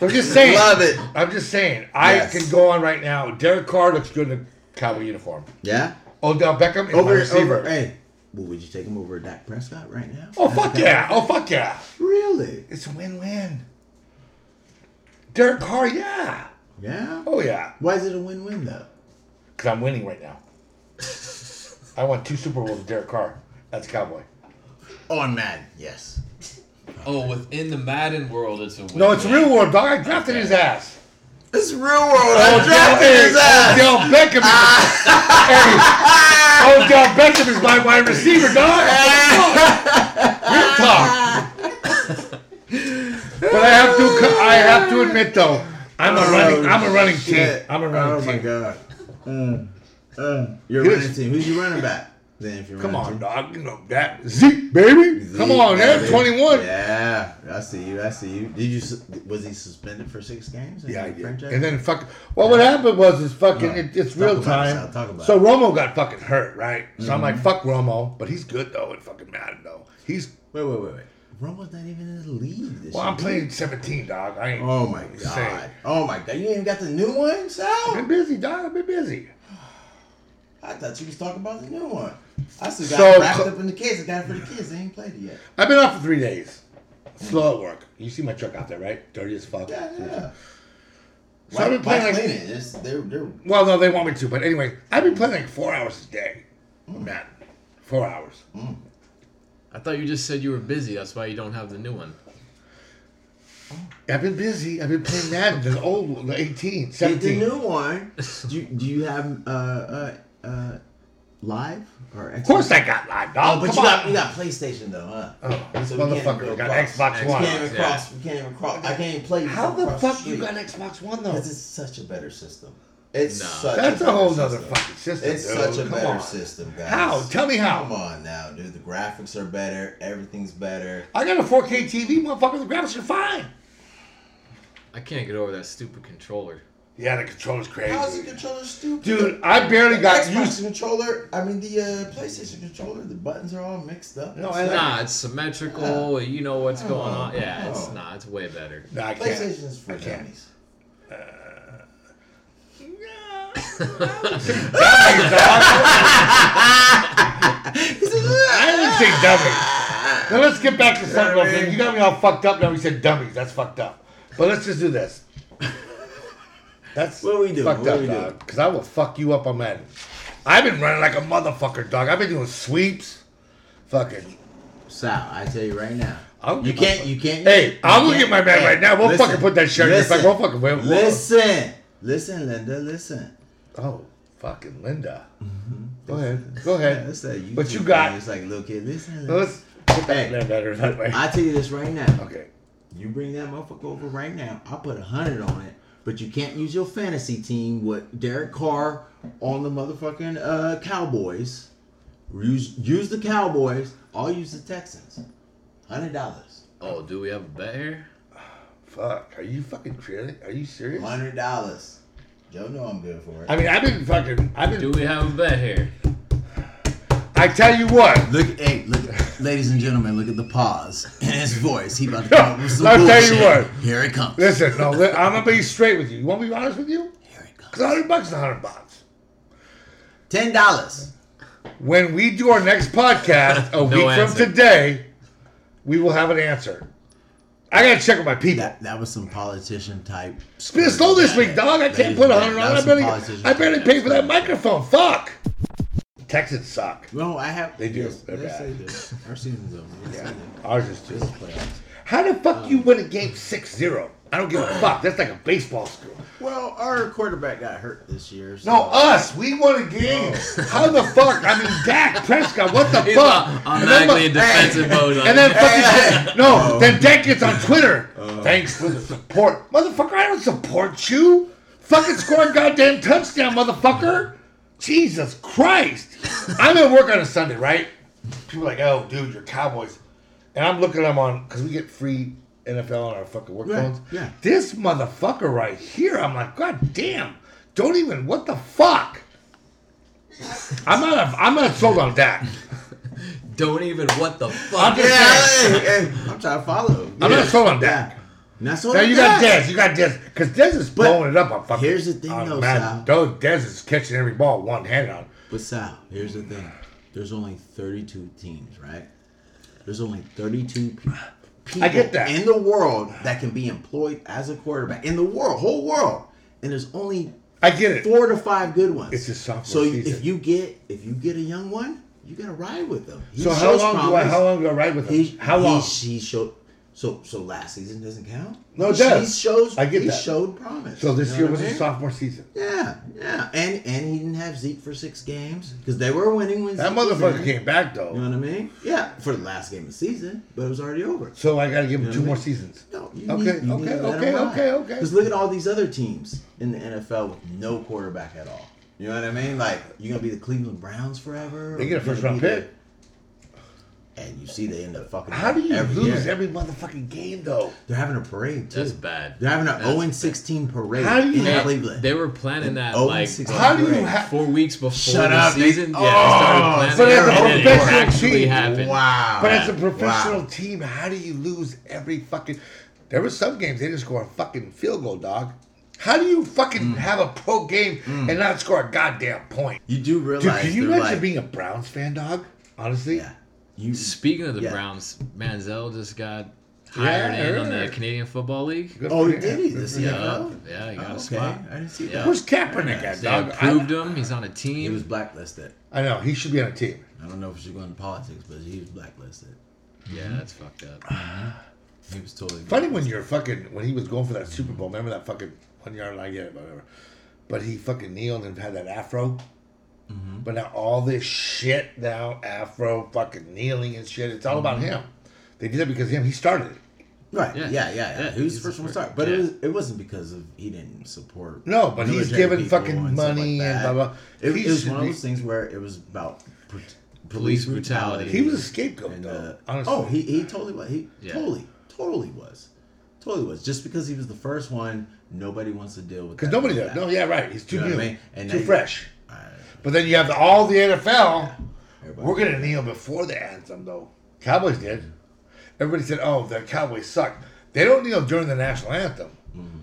Speaker 1: I'm just saying.
Speaker 4: Love it.
Speaker 1: I'm just saying. I
Speaker 4: Yes.
Speaker 1: can go on right now. Derek Carr looks good in a Cowboy uniform.
Speaker 4: Yeah.
Speaker 1: Odell Beckham is my
Speaker 4: Over,
Speaker 1: receiver.
Speaker 4: over. Hey, well, would you take him over Dak Prescott right now?
Speaker 1: Oh fuck yeah! Oh fuck yeah!
Speaker 4: Really?
Speaker 1: It's a win-win. Derek Carr, yeah.
Speaker 4: Yeah.
Speaker 1: Oh yeah.
Speaker 4: Why is it a win-win though?
Speaker 1: Because I'm winning right now. I won two Super Bowls with Derek Carr. That's Cowboy.
Speaker 4: On Madden, yes.
Speaker 3: Oh, within the Madden world, it's a win.
Speaker 1: No, it's real world, dog. I drafted his ass.
Speaker 8: It's real world.
Speaker 1: Oh,
Speaker 8: I drafted his ass.
Speaker 1: Odell Beckham. Is, hey, Odell Beckham is my wide receiver, dog. Real talk. But I have to, co- I have to admit though, I'm a running,
Speaker 4: Oh,
Speaker 1: I'm a running team.
Speaker 8: Oh, shit.
Speaker 1: I'm a
Speaker 8: Oh
Speaker 1: running
Speaker 8: my
Speaker 1: team.
Speaker 8: god.
Speaker 4: You're
Speaker 1: Yes.
Speaker 4: running team. Uh, Who's your running back? Then if you're
Speaker 1: Come
Speaker 4: running
Speaker 1: on, dog. You know that Zeke, baby.
Speaker 4: team?
Speaker 1: Come on,
Speaker 4: Yeah,
Speaker 1: man.
Speaker 4: baby.
Speaker 1: 21. Yeah,
Speaker 4: Yeah, I see you. I see you. Did you? s- Was he suspended for six games? in
Speaker 1: I
Speaker 4: the
Speaker 1: did.
Speaker 4: franchise?
Speaker 1: And then fuck. Well, what happened was is fucking.
Speaker 4: No.
Speaker 1: It, it's
Speaker 4: Talk
Speaker 1: real
Speaker 4: about it, Sal.
Speaker 1: time.
Speaker 4: Talk about
Speaker 1: so
Speaker 4: it. Mm-hmm.
Speaker 1: Romo got fucking hurt, right? So I'm like, fuck Romo, but he's good though. It fucking mattered though. He's
Speaker 4: wait, wait, wait, wait. Romo's not even in the league this
Speaker 1: well.
Speaker 4: year.
Speaker 1: I'm playing 17, dog. I ain't.
Speaker 4: Oh my god.
Speaker 1: Same.
Speaker 4: Oh my god. You ain't even got the new one, Sal.
Speaker 1: I've been busy, dog. I've been busy.
Speaker 8: I thought you was talking about the new one. I still got
Speaker 1: So,
Speaker 8: it wrapped
Speaker 1: co-
Speaker 8: up in the kids. I got it for the kids. They ain't played it yet.
Speaker 1: I've been out for three days. Slow at work. You see my truck out there, right? Dirty as fuck.
Speaker 8: Yeah, yeah.
Speaker 1: So I've been playing like-
Speaker 8: clean it. It's, they're, they're,
Speaker 1: Well, no, they want me to, but anyway, I've been playing like four hours a day.
Speaker 4: Mm.
Speaker 1: Man, four hours.
Speaker 3: I thought you just said you were busy. That's why you don't have the new one.
Speaker 1: I've been busy. I've been playing Madden, the old one, the 18,
Speaker 4: Get
Speaker 1: 17.
Speaker 4: the new one. do, you, do you have uh uh uh live or Xbox?
Speaker 1: of course I got live, dog.
Speaker 4: Oh, but
Speaker 1: Come
Speaker 4: you got,
Speaker 1: on.
Speaker 4: you got PlayStation though, huh?
Speaker 1: Oh, this
Speaker 4: So we can't
Speaker 1: motherfucker
Speaker 4: go
Speaker 1: got
Speaker 4: across.
Speaker 1: Xbox
Speaker 3: Xbox.
Speaker 8: we
Speaker 1: One.
Speaker 8: can't even
Speaker 3: Yeah.
Speaker 8: cross. We can't even cross. I can't even play. with
Speaker 1: How
Speaker 8: them
Speaker 1: the
Speaker 8: across
Speaker 1: fuck you
Speaker 8: street.
Speaker 1: got Xbox One, though?
Speaker 8: Because it's such a better system. It's
Speaker 3: Nah.
Speaker 8: such.
Speaker 1: That's a
Speaker 8: better
Speaker 1: whole nother
Speaker 8: system.
Speaker 1: fucking system,
Speaker 8: It's
Speaker 1: dude.
Speaker 8: such a
Speaker 1: Come
Speaker 8: better
Speaker 1: on.
Speaker 8: system, guys.
Speaker 1: How? Tell me how.
Speaker 8: Come on now, dude. The graphics are better. Everything's better.
Speaker 1: I got a 4K TV, motherfucker. The graphics are fine.
Speaker 3: I can't get over that stupid controller.
Speaker 1: Yeah, the controller's crazy.
Speaker 8: How's the controller stupid?
Speaker 1: Dude, I barely got
Speaker 8: Xbox
Speaker 1: used
Speaker 8: controller. I mean, the uh, PlayStation controller. The buttons are all mixed up.
Speaker 1: No,
Speaker 8: It's
Speaker 1: I-
Speaker 8: like-
Speaker 3: Nah, it's symmetrical. You know what's going on. Yeah, it's
Speaker 8: Oh.
Speaker 3: nah, it's way better.
Speaker 1: No, I can't.
Speaker 8: PlayStation's for
Speaker 1: I can't.
Speaker 8: dummies.
Speaker 1: I didn't say dummies. Now let's get back to something real quick. You got me all fucked up now. We said dummies. That's fucked up. But let's just do this. That's
Speaker 4: What we doing?
Speaker 1: fucked
Speaker 4: What
Speaker 1: up,
Speaker 4: we doing?
Speaker 1: dog. Because I will fuck you up on Madden. I've been running like a motherfucker, dog. I've been doing sweeps. Fucking.
Speaker 4: Sal, I tell you right now.
Speaker 1: I don't
Speaker 4: You
Speaker 1: give a
Speaker 4: can't.
Speaker 1: fuck.
Speaker 4: You can't.
Speaker 1: Hey,
Speaker 4: you
Speaker 1: I'm gonna
Speaker 4: can't-
Speaker 1: get my man
Speaker 4: hey,
Speaker 1: right now. We'll
Speaker 4: listen,
Speaker 1: fucking put that shirt in his back. We'll fucking we'll, we'll-
Speaker 4: Listen, listen, Linda, listen.
Speaker 1: Oh, fucking Linda. Go ahead. Go ahead.
Speaker 4: Mm-hmm. That's that YouTube
Speaker 1: But you got-
Speaker 4: thing. It's like little kid, listen.
Speaker 1: Well,
Speaker 4: Linda.
Speaker 1: Let's put that
Speaker 4: Hey.
Speaker 1: in there better that way.
Speaker 4: I tell you this right now.
Speaker 1: okay.
Speaker 4: You bring that motherfucker over right now. I put a hundred on it, but you can't use your fantasy team with Derek Carr on the motherfucking uh, Cowboys. Use use the Cowboys. I'll use the Texans. Hundred dollars.
Speaker 3: Oh, do we have a bet here?
Speaker 1: Fuck. Are you fucking crazy? Are you serious?
Speaker 8: Hundred dollars. Joe, know I'm good for it.
Speaker 1: I mean, I've been fucking. I've been.
Speaker 3: Do we have a bet here?
Speaker 1: I tell you what.
Speaker 4: Look, hey, look, ladies and gentlemen, look at the pause in his voice. He about to
Speaker 1: come up with some I'll tell you bullshit. what.
Speaker 4: Here it comes.
Speaker 1: Listen, no, li- I'm gonna be straight with you. You want me to be honest with you?
Speaker 4: Here it
Speaker 1: Cause hundred bucks is hundred bucks.
Speaker 4: Ten dollars.
Speaker 1: When we do our next podcast a
Speaker 3: No
Speaker 1: week
Speaker 3: answer.
Speaker 1: from today, we will have an answer. I gotta check with my people.
Speaker 4: That that was some politician type.
Speaker 1: It's been slow this week, dog. I can't put a hundred on. I barely, I barely paid for that microphone. Fuck. Texans suck.
Speaker 4: No, I have.
Speaker 1: They do.
Speaker 4: Yes,
Speaker 1: They're
Speaker 4: yes,
Speaker 1: bad.
Speaker 4: they do. Our season's over.
Speaker 1: Yeah,
Speaker 4: Yes,
Speaker 1: ours is too.
Speaker 4: they do. Playoffs.
Speaker 1: How the fuck you win a game 6-0? I don't give a fuck. That's like a baseball score.
Speaker 4: Well, our quarterback got hurt this year. So.
Speaker 1: No, oh, us. We won a game. How the fuck? I mean, Dak Prescott. What the fuck?
Speaker 3: automatically in
Speaker 1: mu-
Speaker 3: defensive mode.
Speaker 1: and then fucking no.
Speaker 4: Oh.
Speaker 1: Then Dak gets on Twitter. Thanks for the support, motherfucker. I don't support you. Fucking score a goddamn touchdown, motherfucker. Jesus Christ. I'm at work on a Sunday, right? People are like, oh, dude, you're Cowboys, and I'm looking at them on because we get free NFL on our fucking work
Speaker 4: Right,
Speaker 1: phones.
Speaker 4: yeah.
Speaker 1: This motherfucker right here. I'm like, god damn. Don't even. What the fuck? I'm not. A, I'm not sold on Dak.
Speaker 3: Don't even what the
Speaker 1: I'm
Speaker 3: fuck.
Speaker 1: just saying.
Speaker 4: Yeah, hey, hey, I'm trying to follow.
Speaker 1: I'm not sold on Dak.
Speaker 4: Yeah. And That's what
Speaker 1: Now
Speaker 4: I
Speaker 1: you
Speaker 4: got.
Speaker 1: got Dez. You got Dez. Because Dez is blowing it up on fucking.
Speaker 4: here's the thing,
Speaker 1: on
Speaker 4: though,
Speaker 1: Madden.
Speaker 4: Sal.
Speaker 1: Though Dez is catching every ball one handed on.
Speaker 4: But Sal, here's the thing. There's only 32 teams, right? There's only 32 pe- people
Speaker 1: I get that.
Speaker 4: in the world that can be employed as a quarterback in the world, whole world. And there's only
Speaker 1: I get it.
Speaker 4: four to five good ones.
Speaker 1: It's his sophomore
Speaker 4: So you-
Speaker 1: season.
Speaker 4: if you get if you get a young one, you gotta ride with them. He
Speaker 1: so how
Speaker 4: shows
Speaker 1: long do I?
Speaker 4: promise.
Speaker 1: How long do I ride with him?
Speaker 4: He,
Speaker 1: how long?
Speaker 4: He, he showed So so last season doesn't count.
Speaker 1: No, it
Speaker 4: He-
Speaker 1: does.
Speaker 4: He shows.
Speaker 1: I get
Speaker 4: he
Speaker 1: that.
Speaker 4: showed promise.
Speaker 1: So this
Speaker 4: You know
Speaker 1: year
Speaker 4: what
Speaker 1: was
Speaker 4: I
Speaker 1: his
Speaker 4: mean?
Speaker 1: sophomore season.
Speaker 4: Yeah, yeah, and and he didn't have Zeke for six games because they were winning when
Speaker 1: That
Speaker 4: Zeke was
Speaker 1: motherfucker
Speaker 4: in.
Speaker 1: came back
Speaker 4: You
Speaker 1: though.
Speaker 4: know what I mean? Yeah, for the last game of the season, but it was already over.
Speaker 1: So I got to give
Speaker 4: You
Speaker 1: him
Speaker 4: know
Speaker 1: two
Speaker 4: what I
Speaker 1: more
Speaker 4: mean?
Speaker 1: seasons.
Speaker 4: No,
Speaker 1: Okay,
Speaker 4: you need, you
Speaker 1: okay,
Speaker 4: need to let
Speaker 1: okay,
Speaker 4: him ride.
Speaker 1: okay, okay.
Speaker 4: Because look at all these other teams in the NFL with no quarterback at all. You know what I mean? Like you gonna be the Cleveland Browns forever?
Speaker 1: They get a
Speaker 4: Or you gonna
Speaker 1: first round
Speaker 4: be the-
Speaker 1: pick.
Speaker 4: and you see they end up fucking.
Speaker 1: How do you
Speaker 4: every
Speaker 1: lose
Speaker 4: year.
Speaker 1: every motherfucking game though?
Speaker 4: They're having a parade too.
Speaker 3: That's bad.
Speaker 4: They're having an
Speaker 3: That's
Speaker 4: 0 and 16 parade
Speaker 1: How do you-
Speaker 4: in
Speaker 1: They-
Speaker 4: Cleveland.
Speaker 3: They were planning that
Speaker 4: Oh,
Speaker 3: like
Speaker 4: six-
Speaker 1: How do you
Speaker 4: Great.
Speaker 1: have?
Speaker 3: four weeks before
Speaker 4: Shut
Speaker 3: the
Speaker 4: up, they-
Speaker 3: season. yeah,
Speaker 4: Oh,
Speaker 3: they started
Speaker 1: so they have
Speaker 3: planning
Speaker 1: a
Speaker 3: it, and it
Speaker 1: professional
Speaker 3: actually
Speaker 1: team.
Speaker 3: happened.
Speaker 4: Wow.
Speaker 1: But as a
Speaker 4: Wow.
Speaker 1: professional team, how do you lose every fucking? There were some games they didn't score a fucking field goal, dog. How do you fucking
Speaker 4: Mm.
Speaker 1: have a pro game and not score a goddamn point?
Speaker 4: you do realize
Speaker 1: Dude, can you
Speaker 4: they're
Speaker 1: imagine
Speaker 4: like,
Speaker 1: being a Browns fan, dog? Honestly,
Speaker 4: yeah, you
Speaker 3: Speaking of the
Speaker 4: Yeah.
Speaker 3: Browns, Manziel just got hired
Speaker 1: Yeah,
Speaker 3: in on the
Speaker 1: right.
Speaker 3: Canadian Football League.
Speaker 1: Good
Speaker 4: Oh,
Speaker 1: for
Speaker 4: he
Speaker 1: you.
Speaker 4: did he this year?
Speaker 3: Yeah, yeah, he got
Speaker 4: Oh,
Speaker 3: a
Speaker 4: okay.
Speaker 3: spot.
Speaker 4: I didn't see
Speaker 3: Yeah.
Speaker 4: that.
Speaker 1: Where's Kaepernick at,
Speaker 3: They
Speaker 1: dog?
Speaker 3: approved
Speaker 1: I,
Speaker 3: him. He's on a
Speaker 4: He
Speaker 3: team.
Speaker 4: was blacklisted.
Speaker 1: I know he should be on a team.
Speaker 4: I don't know if she's going to politics, but he was blacklisted.
Speaker 3: Yeah, that's fucked up.
Speaker 4: Oh, He was totally
Speaker 1: Funny when you're fucking when he was going for that Super Bowl. Remember that fucking one yard line? Yeah, whatever. But he fucking kneeled and had that afro.
Speaker 4: Mm-hmm.
Speaker 1: But now all this shit now afro fucking kneeling and shit. It's all
Speaker 4: Mm-hmm.
Speaker 1: about him. They did it because him. He started it.
Speaker 4: Right.
Speaker 3: Yeah.
Speaker 4: Yeah, yeah, yeah.
Speaker 3: Yeah,
Speaker 4: He was
Speaker 3: he's
Speaker 4: the first
Speaker 3: the
Speaker 4: one to
Speaker 3: first-
Speaker 4: start, but it
Speaker 3: yeah.
Speaker 4: was it wasn't because of he didn't support.
Speaker 1: No, but he's
Speaker 4: military
Speaker 1: giving
Speaker 4: people
Speaker 1: fucking
Speaker 4: and stuff
Speaker 1: money and
Speaker 4: that.
Speaker 1: blah, blah.
Speaker 4: It,
Speaker 1: He
Speaker 4: it was
Speaker 1: should
Speaker 4: one of
Speaker 1: be-
Speaker 4: those things where it was about pro-
Speaker 3: Police
Speaker 4: police
Speaker 3: brutality.
Speaker 4: brutality.
Speaker 1: He was a scapegoat
Speaker 4: and, uh,
Speaker 1: though. honestly.
Speaker 4: oh, he he totally was. He
Speaker 3: Yeah.
Speaker 4: totally totally was. Totally was. Just because he was the first one, nobody wants to deal with.
Speaker 1: because
Speaker 4: that
Speaker 1: nobody
Speaker 4: like
Speaker 1: does.
Speaker 4: that.
Speaker 1: No, yeah, right. He's too
Speaker 4: You know
Speaker 1: new,
Speaker 4: what I mean? And
Speaker 1: too
Speaker 4: they-
Speaker 1: fresh.
Speaker 4: I-
Speaker 1: But then you have the, all the NFL.
Speaker 4: everybody-
Speaker 1: We're gonna kneel before the anthem, though. Cowboys did. Everybody said, "Oh, the Cowboys suck." They don't kneel during the national anthem.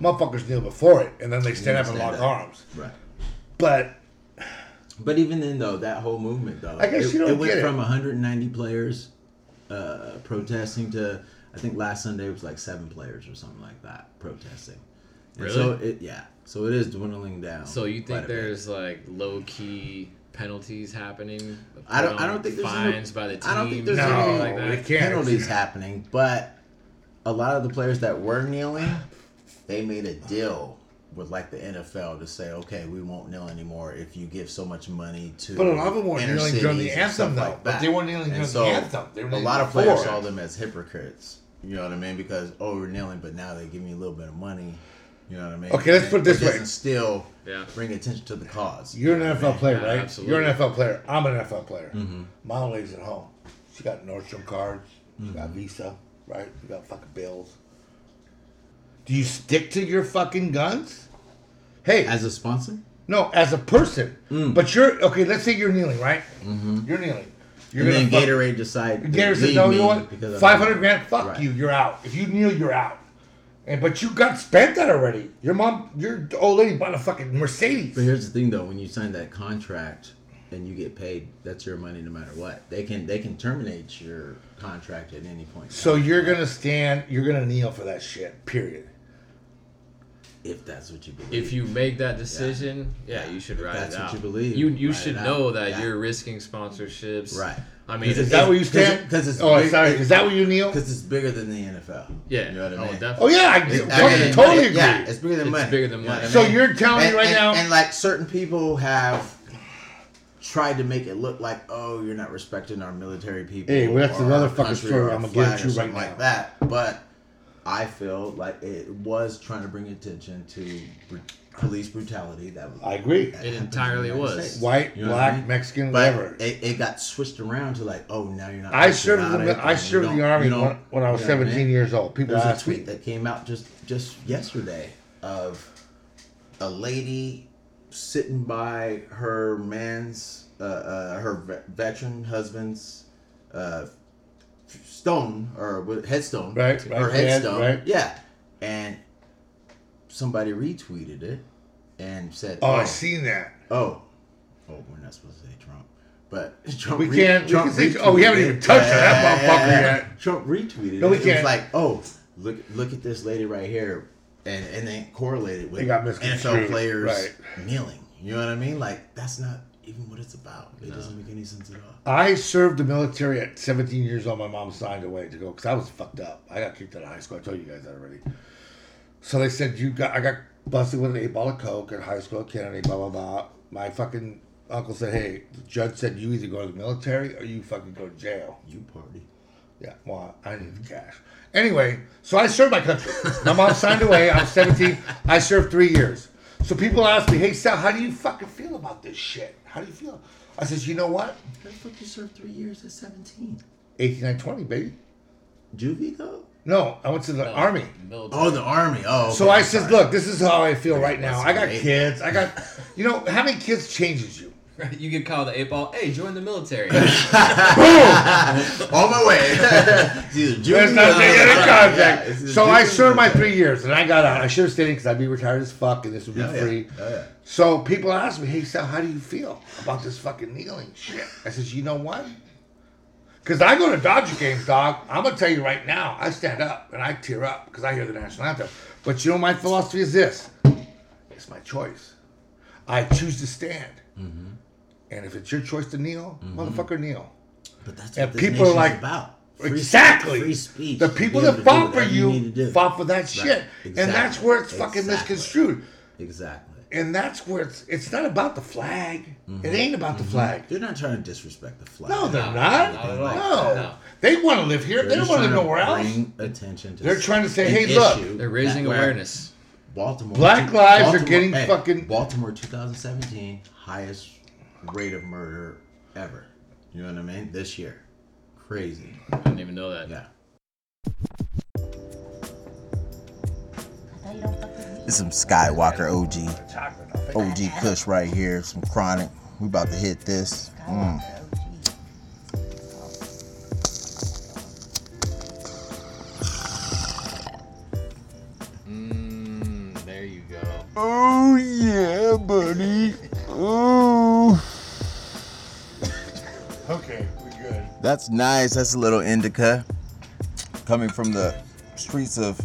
Speaker 1: Motherfuckers kneel before it, and then they stand up and
Speaker 4: stand
Speaker 1: lock
Speaker 4: up.
Speaker 1: arms.
Speaker 4: right.
Speaker 1: But
Speaker 4: But even then, though, that whole movement, though,
Speaker 1: I guess
Speaker 4: it,
Speaker 1: you don't
Speaker 4: it went
Speaker 1: get it.
Speaker 4: from 190 players uh, protesting to I think last Sunday was like seven players or something like that protesting. And
Speaker 3: Really?
Speaker 4: So it yeah. So it is dwindling down.
Speaker 3: So you
Speaker 4: quite
Speaker 3: think
Speaker 4: a bit.
Speaker 3: there's like low key penalties happening?
Speaker 4: I don't- I
Speaker 3: Put on
Speaker 4: don't think there's any-
Speaker 3: fines by the team.
Speaker 4: I don't think there's
Speaker 1: no,
Speaker 4: any-
Speaker 1: like
Speaker 3: that.
Speaker 1: they can't.
Speaker 4: penalties happening, but a lot of the players that were kneeling, they made a deal with like the NFL to say, okay, we won't kneel anymore if you give so much money to.
Speaker 1: But a lot of them weren't
Speaker 4: inner
Speaker 1: kneeling during the
Speaker 4: cities and
Speaker 1: anthem,
Speaker 4: stuff
Speaker 1: though.
Speaker 4: like
Speaker 1: But
Speaker 4: that.
Speaker 1: they weren't kneeling
Speaker 4: And
Speaker 1: during the
Speaker 4: so
Speaker 1: anthem. They were
Speaker 4: a
Speaker 1: kneeling
Speaker 4: lot of
Speaker 1: before.
Speaker 4: players saw them as hypocrites. You know what I mean? Because oh, we're kneeling, but now they give me a little bit of money. You know what I mean?
Speaker 1: Okay, let's put it this way.
Speaker 4: doesn't Still,
Speaker 3: Yeah.
Speaker 4: bring attention to the cause.
Speaker 1: You're an NFL player,
Speaker 3: Yeah,
Speaker 1: right?
Speaker 3: absolutely.
Speaker 1: You're an NFL player. I'm an NFL player. Mom lives at home. She got Nordstrom cards. She got Visa, right? She got fucking bills. Do you stick to your fucking guns? Hey,
Speaker 4: As a sponsor,
Speaker 1: No, as a person. But you're okay. Let's say you're kneeling, right? You're kneeling. You're
Speaker 4: and then
Speaker 1: fuck-
Speaker 4: Gatorade decide. to
Speaker 1: Gatorade says,
Speaker 4: leave
Speaker 1: "No,
Speaker 4: me
Speaker 1: you know
Speaker 4: because
Speaker 1: what?
Speaker 4: I'm-
Speaker 1: Five hundred grand. Fuck
Speaker 4: Right.
Speaker 1: you. You're out. If you kneel, you're out. And but you got spent that already. Your mom, your old lady bought a fucking Mercedes.
Speaker 4: But here's the thing, though: when you sign that contract and you get paid, that's your money no matter what. They can they can terminate your contract at any point.
Speaker 1: So you're gonna stand. You're gonna kneel for that shit. Period.
Speaker 4: if that's what you believe,
Speaker 3: If you make that decision, yeah, you should
Speaker 4: If
Speaker 3: ride
Speaker 4: that's
Speaker 3: it
Speaker 4: what
Speaker 3: out.
Speaker 4: you believe,
Speaker 3: you you
Speaker 4: ride
Speaker 3: should
Speaker 4: it out.
Speaker 3: know that
Speaker 4: Yeah.
Speaker 3: you're risking sponsorships.
Speaker 4: Right.
Speaker 3: I mean,
Speaker 1: Is
Speaker 3: it's,
Speaker 1: that where you
Speaker 4: Because it-
Speaker 1: stand?
Speaker 4: because it's
Speaker 1: oh,
Speaker 4: big-
Speaker 1: sorry.
Speaker 4: it-
Speaker 1: Is that where you kneel?
Speaker 4: because it's bigger than the NFL.
Speaker 3: yeah.
Speaker 4: you know what I
Speaker 3: oh,
Speaker 4: mean.
Speaker 1: Oh
Speaker 3: definitely.
Speaker 1: yeah, I
Speaker 4: It's
Speaker 1: fucking
Speaker 4: bigger than
Speaker 1: totally
Speaker 4: money.
Speaker 1: agree.
Speaker 4: Yeah, it's bigger than
Speaker 3: It's
Speaker 4: money.
Speaker 3: bigger than
Speaker 4: You know what
Speaker 3: money.
Speaker 4: I
Speaker 1: So
Speaker 4: mean?
Speaker 1: you're telling me
Speaker 4: And-
Speaker 1: right
Speaker 4: and-
Speaker 1: now-
Speaker 4: and like certain people have tried to make it look like, oh, you're not respecting our military people.
Speaker 1: Hey, well, that's
Speaker 4: or
Speaker 1: another
Speaker 4: our
Speaker 1: fucking
Speaker 4: country
Speaker 1: story
Speaker 4: or our
Speaker 1: I'm gonna get
Speaker 4: flag
Speaker 1: to
Speaker 4: or something
Speaker 1: right now.
Speaker 4: like that. But I feel like it was trying to bring attention to br- police brutality. That was
Speaker 1: I agree.
Speaker 3: It
Speaker 4: that happens in the
Speaker 3: entirely
Speaker 4: United
Speaker 3: was.
Speaker 4: States.
Speaker 1: White,
Speaker 4: You know what
Speaker 1: black,
Speaker 4: I mean? eh,
Speaker 1: Mexican,
Speaker 4: But
Speaker 1: whatever.
Speaker 4: It, it got switched around to like, oh, now you're not.
Speaker 1: I served in
Speaker 4: patriotic
Speaker 1: the, I
Speaker 4: and you
Speaker 1: served in
Speaker 4: don't-
Speaker 1: the
Speaker 4: you
Speaker 1: army
Speaker 4: don't-
Speaker 1: when, when I was
Speaker 4: you know what I mean?
Speaker 1: 17 years old. People
Speaker 4: There's a
Speaker 1: asked me,
Speaker 4: tweet that came out just just yesterday of a lady sitting by her man's uh, uh, her ve- veteran husband's uh, stone or what- headstone,
Speaker 1: Right,
Speaker 4: Her
Speaker 1: right, yeah,
Speaker 4: headstone,
Speaker 1: right.
Speaker 4: yeah. And somebody retweeted it and said,
Speaker 1: "Oh, I seen that."
Speaker 4: Oh, oh, we're not supposed to say Trump, but Trump.
Speaker 1: We can't- we
Speaker 4: Trump
Speaker 1: can say- oh, we haven't even
Speaker 4: retweeted it.
Speaker 1: touched on that motherfucker yet.
Speaker 4: Trump retweeted.
Speaker 1: No,
Speaker 4: No,
Speaker 1: we
Speaker 4: we It
Speaker 1: can't.
Speaker 4: was like, oh, look, look at this lady right here, and and they correlated with
Speaker 1: They got misconstrued,
Speaker 4: NFL players
Speaker 1: right.
Speaker 4: kneeling. You know what I mean? Like that's not. even what it's about. It doesn't make any sense at all.
Speaker 1: I served the military at 17 years old. My mom signed away to go because I was fucked up. I got kicked out of high school. I told you guys that already. So they said you got. I got busted with an eight ball of coke at high school at Kennedy. Blah blah blah. My fucking uncle said, "Hey, the judge said you either go to the military or you fucking go to jail."
Speaker 4: You party.
Speaker 1: Yeah, well, I need the cash. Anyway, so I served my country. My mom signed away. I was 17. I served three years. So people ask me, hey, Sal, how do you fucking feel about this shit? How do you feel? I says, you know what?
Speaker 4: How the fuck you served three years at 17?
Speaker 1: 8920, baby.
Speaker 4: Juvie though?
Speaker 1: No, I went to the army.
Speaker 3: Military.
Speaker 4: Oh, the army. Oh.
Speaker 1: So I says, look, this is how I feel right now. I got
Speaker 4: great.
Speaker 1: kids. I got, you know, having kids changes you.
Speaker 3: You get called the eight ball. Hey, join the military.
Speaker 4: on my way. it's either juvie
Speaker 1: That's
Speaker 4: or-
Speaker 1: not the end of
Speaker 4: Yeah,
Speaker 1: contract.
Speaker 4: it's either
Speaker 1: so I
Speaker 4: juvie or-
Speaker 1: served my three years and I got out. I should have stayed because I'd be retired as fuck and this would be
Speaker 4: Oh, yeah.
Speaker 1: free.
Speaker 4: Oh, yeah.
Speaker 1: So people ask me, hey, Sal, how do you feel about this fucking kneeling shit? I says, you know what? Because I go to Dodger games, dog. I'm going to tell you right now, I stand up and I tear up because I hear the national anthem. But you know, my philosophy is this it's my choice. I choose to stand.
Speaker 4: Mm-hmm.
Speaker 1: And if it's your choice to kneel, motherfucker, kneel.
Speaker 6: But that's
Speaker 1: And
Speaker 6: what this
Speaker 1: people
Speaker 6: nation's
Speaker 1: are like,
Speaker 6: about.
Speaker 1: exactly.
Speaker 6: Free speech.
Speaker 1: The
Speaker 6: to be
Speaker 1: people
Speaker 6: able
Speaker 1: that
Speaker 6: to do
Speaker 1: fought for
Speaker 6: whatever
Speaker 1: you,
Speaker 6: need to do.
Speaker 1: fought for that shit. And that's
Speaker 6: Exactly.
Speaker 1: where it's fucking
Speaker 6: Exactly.
Speaker 1: misconstrued.
Speaker 6: Exactly.
Speaker 1: And that's where it's it's not about the flag. It ain't about the flag.
Speaker 6: They're not trying to disrespect the flag.
Speaker 1: No, they're
Speaker 3: No,
Speaker 1: not.
Speaker 3: not at
Speaker 1: no.
Speaker 3: all. No.
Speaker 1: They want to live here.
Speaker 6: They're
Speaker 1: they don't
Speaker 6: just
Speaker 1: want to
Speaker 6: trying
Speaker 1: live nowhere else.
Speaker 6: Bring attention to.
Speaker 1: They're trying to say,
Speaker 6: an
Speaker 1: hey, look,
Speaker 6: issue
Speaker 3: They're raising
Speaker 6: that where
Speaker 3: awareness.
Speaker 6: Baltimore.
Speaker 1: Black lives are getting fucking-
Speaker 6: Baltimore, 2017, highest rate of murder ever. You know what I mean? This year, crazy.
Speaker 3: I didn't even know that.
Speaker 6: Yeah.
Speaker 9: Mm.
Speaker 4: It's some Skywalker OG. OG Kush right here. Some chronic. We about to hit this. Mm.
Speaker 3: Mm, there you go.
Speaker 4: Oh yeah, buddy. Oh.
Speaker 1: Okay, we're good.
Speaker 4: That's nice. That's a little indica coming from the streets of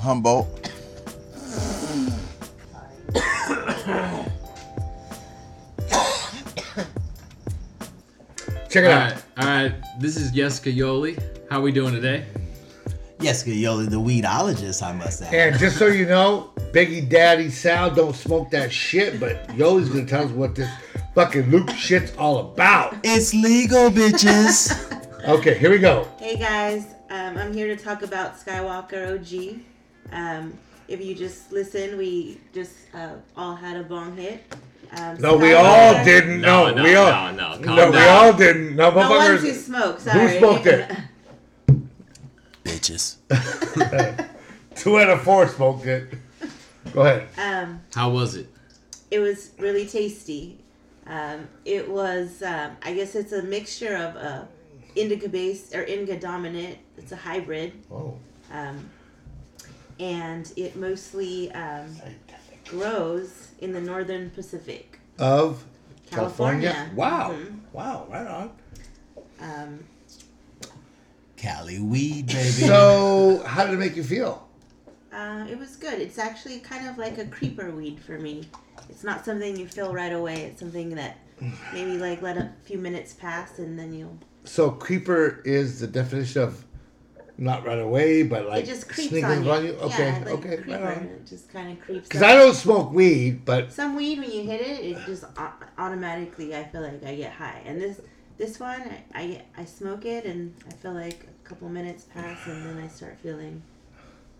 Speaker 4: Humboldt.
Speaker 1: Check it
Speaker 3: All
Speaker 1: out.
Speaker 3: right, all right. This is Jessica Yoli. How we doing today?
Speaker 6: Yes, Yoli, the weedologist, I must add.
Speaker 1: And just so you know, Biggie Daddy Sal don't smoke that shit, but Yoli's gonna tell us what this fucking Luke shit's all about.
Speaker 6: It's legal, bitches.
Speaker 1: Okay, here we go.
Speaker 9: Hey guys, um, I'm here to talk about Skywalker OG. Um, if you just listen, we just uh, all had a bong hit. Um,
Speaker 1: No, we
Speaker 9: Skywalker-
Speaker 1: all didn't. No,
Speaker 3: No, no,
Speaker 1: we all.
Speaker 3: no, no, calm
Speaker 1: no, we
Speaker 3: down.
Speaker 1: all didn't. No,
Speaker 9: The ones who
Speaker 1: motherfuckers.
Speaker 9: smoke, sorry.
Speaker 1: smoked it?
Speaker 6: bitches.
Speaker 1: Two out of four smoked it. Go ahead.
Speaker 9: Um,
Speaker 3: How was it?
Speaker 9: it was really tasty. Um, it was, um, I guess it's a mixture of uh, indica based or indica dominant. It's a hybrid.
Speaker 1: Oh.
Speaker 9: Um, and it mostly um, grows in the northern Pacific.
Speaker 1: Of
Speaker 9: California. Mm-hmm.
Speaker 1: Wow. Wow, right on.
Speaker 9: Um,
Speaker 6: Cali weed, baby.
Speaker 1: So, how did it make you feel?
Speaker 9: uh, it was good. It's actually kind of like a creeper weed for me. It's not something you feel right away. It's something that maybe like let a few minutes pass and then you'll.
Speaker 1: So, creeper is the definition of not right away, but like
Speaker 9: It just creeps
Speaker 1: sneaking
Speaker 9: on you.
Speaker 1: on you. Okay,
Speaker 9: yeah, like
Speaker 1: okay,
Speaker 9: creeper.
Speaker 1: right on.
Speaker 9: It just kind of creeps.
Speaker 1: Because
Speaker 9: up.
Speaker 1: I don't smoke weed, but
Speaker 9: Some weed when you hit it, it just au- automatically. I feel like I get high, and this this one, I, I get- I smoke it, and I feel like a couple minutes pass, and then I start feeling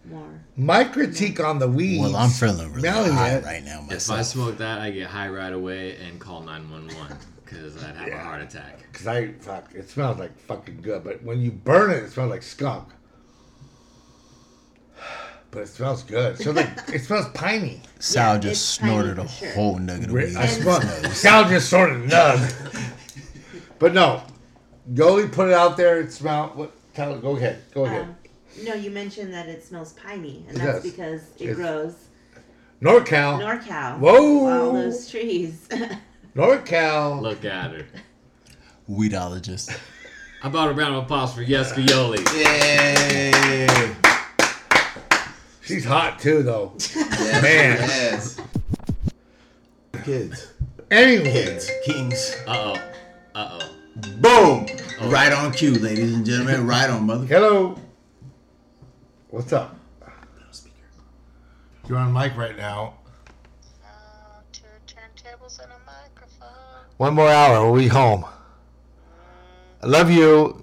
Speaker 9: more.
Speaker 1: my critique on the weed.
Speaker 6: well, I'm feeling really
Speaker 1: Smelling
Speaker 6: high
Speaker 1: it.
Speaker 6: right now
Speaker 3: If I
Speaker 6: myself.
Speaker 3: smoke that, I get high right away and call 911 because I'd have a heart attack.
Speaker 1: Because I, fuck, it smells like fucking good, but when you burn it, it smells like skunk. But it smells good. So like it smells piney.
Speaker 6: Sal
Speaker 9: Yeah,
Speaker 6: just
Speaker 9: it's tiny
Speaker 6: snorted a
Speaker 9: for sure.
Speaker 6: whole nugget of weed.
Speaker 1: I smell. Sal just sort of nug. but no, Yoli put it out there. It smelled. What? Tell, go ahead. Go ahead.
Speaker 9: Um, no, you mentioned that it smells piney, and
Speaker 1: It
Speaker 9: that's
Speaker 1: does.
Speaker 9: because it
Speaker 1: It's-
Speaker 9: grows
Speaker 1: NorCal.
Speaker 9: NorCal.
Speaker 1: Whoa.
Speaker 9: All those trees.
Speaker 1: NorCal.
Speaker 3: Look at her.
Speaker 6: Weedologist.
Speaker 3: How about a round of applause for Jessica Yoli?
Speaker 4: Yay!
Speaker 1: She's hot too, though. Man.
Speaker 4: Yes. Kids.
Speaker 1: Anyway,
Speaker 4: Kings.
Speaker 3: Uh oh. Uh oh.
Speaker 4: Boom.
Speaker 6: Right on cue, ladies and gentlemen. Right on, motherfucker.
Speaker 1: hello. What's up? You're on mic right now.
Speaker 10: Uh, two turntables and a microphone.
Speaker 1: One more hour, we'll be home. I love you.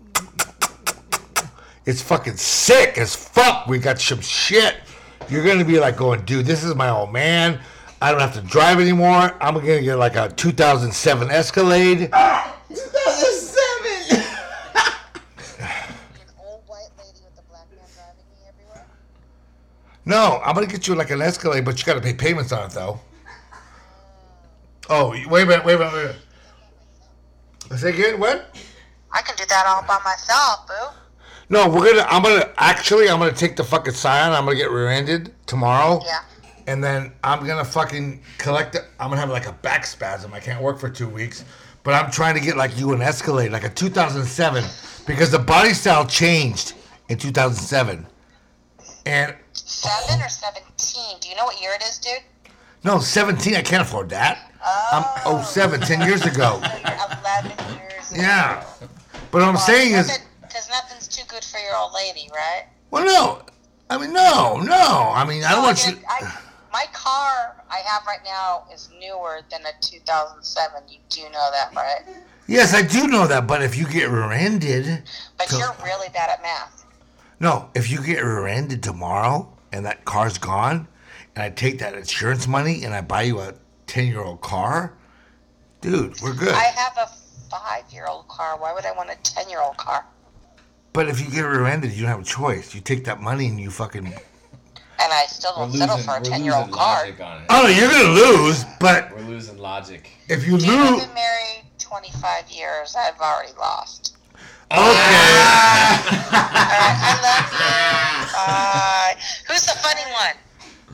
Speaker 1: It's fucking sick as fuck. We got some shit. You're gonna be like going, dude, this is my old man. I don't have to drive anymore. I'm gonna get like a 2007 Escalade.
Speaker 4: 2007.
Speaker 10: Be an old white lady with a black man driving me everywhere.
Speaker 1: No, I'm gonna get you like an Escalade, but you gotta pay payments on it though. Oh, you- wait a minute, wait a minute, wait a minute. I say again, what?
Speaker 10: I can do that all by myself, boo.
Speaker 1: No, we're gonna. I'm gonna actually. I'm gonna take the fucking sign. I'm gonna get rear-ended tomorrow.
Speaker 10: Yeah.
Speaker 1: And then I'm gonna fucking collect. It. I'm gonna have like a back spasm. I can't work for two weeks. But I'm trying to get like you an Escalade, like a 2007, because the body style changed in 2007. And
Speaker 10: Seven or seventeen? Do you know what year it is, dude?
Speaker 1: no, 17. I can't afford that. I'm oh seven, ten years ago.
Speaker 10: So you're eleven years.
Speaker 1: Yeah. But what I'm saying is,
Speaker 10: because nothing's too good for your old lady, right?
Speaker 1: well, no. I mean, no, no. I mean, I don't want you.
Speaker 10: I, my car I have right now is newer than a 2007. You do know that, right?
Speaker 1: Yes, I do know that. But if you get rear-ended,
Speaker 10: But
Speaker 1: So-
Speaker 10: you're really bad at math.
Speaker 1: no. If you get rear-ended tomorrow and that car's gone, and I take that insurance money and I buy you a ten-year-old car, dude, we're good.
Speaker 10: I have a five-year-old car. Why would I want a ten-year-old car?
Speaker 1: but if you get rear-ended, you don't have a choice. You take that money and you fucking.
Speaker 10: And I still don't settle for a ten-year-old car.
Speaker 2: logic on it.
Speaker 1: Oh, you're gonna lose. But
Speaker 2: We're losing logic.
Speaker 1: if you
Speaker 10: Dude, I've
Speaker 1: lose,
Speaker 10: been married 25 years. I've already lost.
Speaker 1: okay.
Speaker 10: All right, I love you. Bye. Who's the funny one?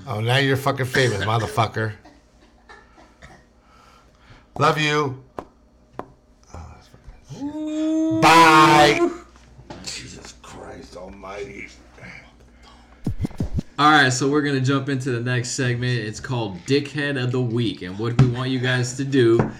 Speaker 1: Oh, now you're fucking famous, motherfucker. Love you. Oh, that's fucking shit. Bye. Jesus Christ Almighty.
Speaker 3: All right, so we're gonna jump into the next segment. It's called Dickhead of the Week, and what we want you guys to do,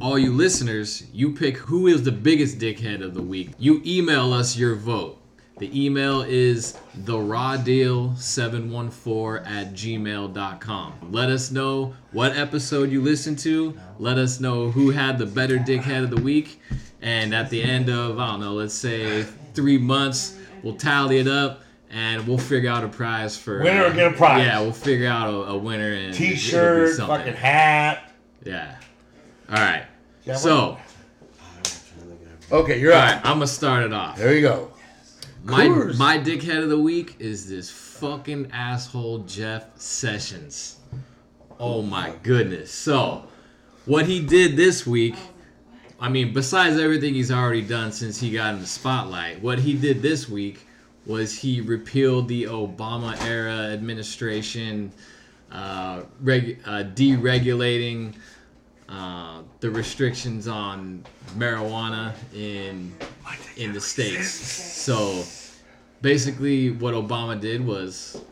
Speaker 3: all you listeners, you pick who is the biggest dickhead of the week. You email us your vote. The email is the raw deal 714 at gmail.com. Let us know what episode you listened to. Let us know who had the better dickhead of the week. And at the end of, I don't know, let's say three months, we'll tally it up and we'll figure out a prize for.
Speaker 1: Winner will get a prize.
Speaker 3: Yeah, we'll figure out a, a winner and it'll be
Speaker 1: T-shirt,
Speaker 3: something.
Speaker 1: fucking hat.
Speaker 3: Yeah. All right.
Speaker 1: Yeah,
Speaker 3: so, all
Speaker 1: Okay, you're
Speaker 3: right,
Speaker 1: right.
Speaker 3: I'm gonna start it off.
Speaker 1: There you go.
Speaker 3: My
Speaker 1: course.
Speaker 3: my dickhead of the week is this fucking asshole Jeff Sessions. Oh my goodness. So, what he did this week, I mean, besides everything he's already done since he got in the spotlight, what he did this week was he repealed the Obama era administration uh, reg- uh, deregulating uh, the restrictions on marijuana in in the states. So basically, what Obama did was,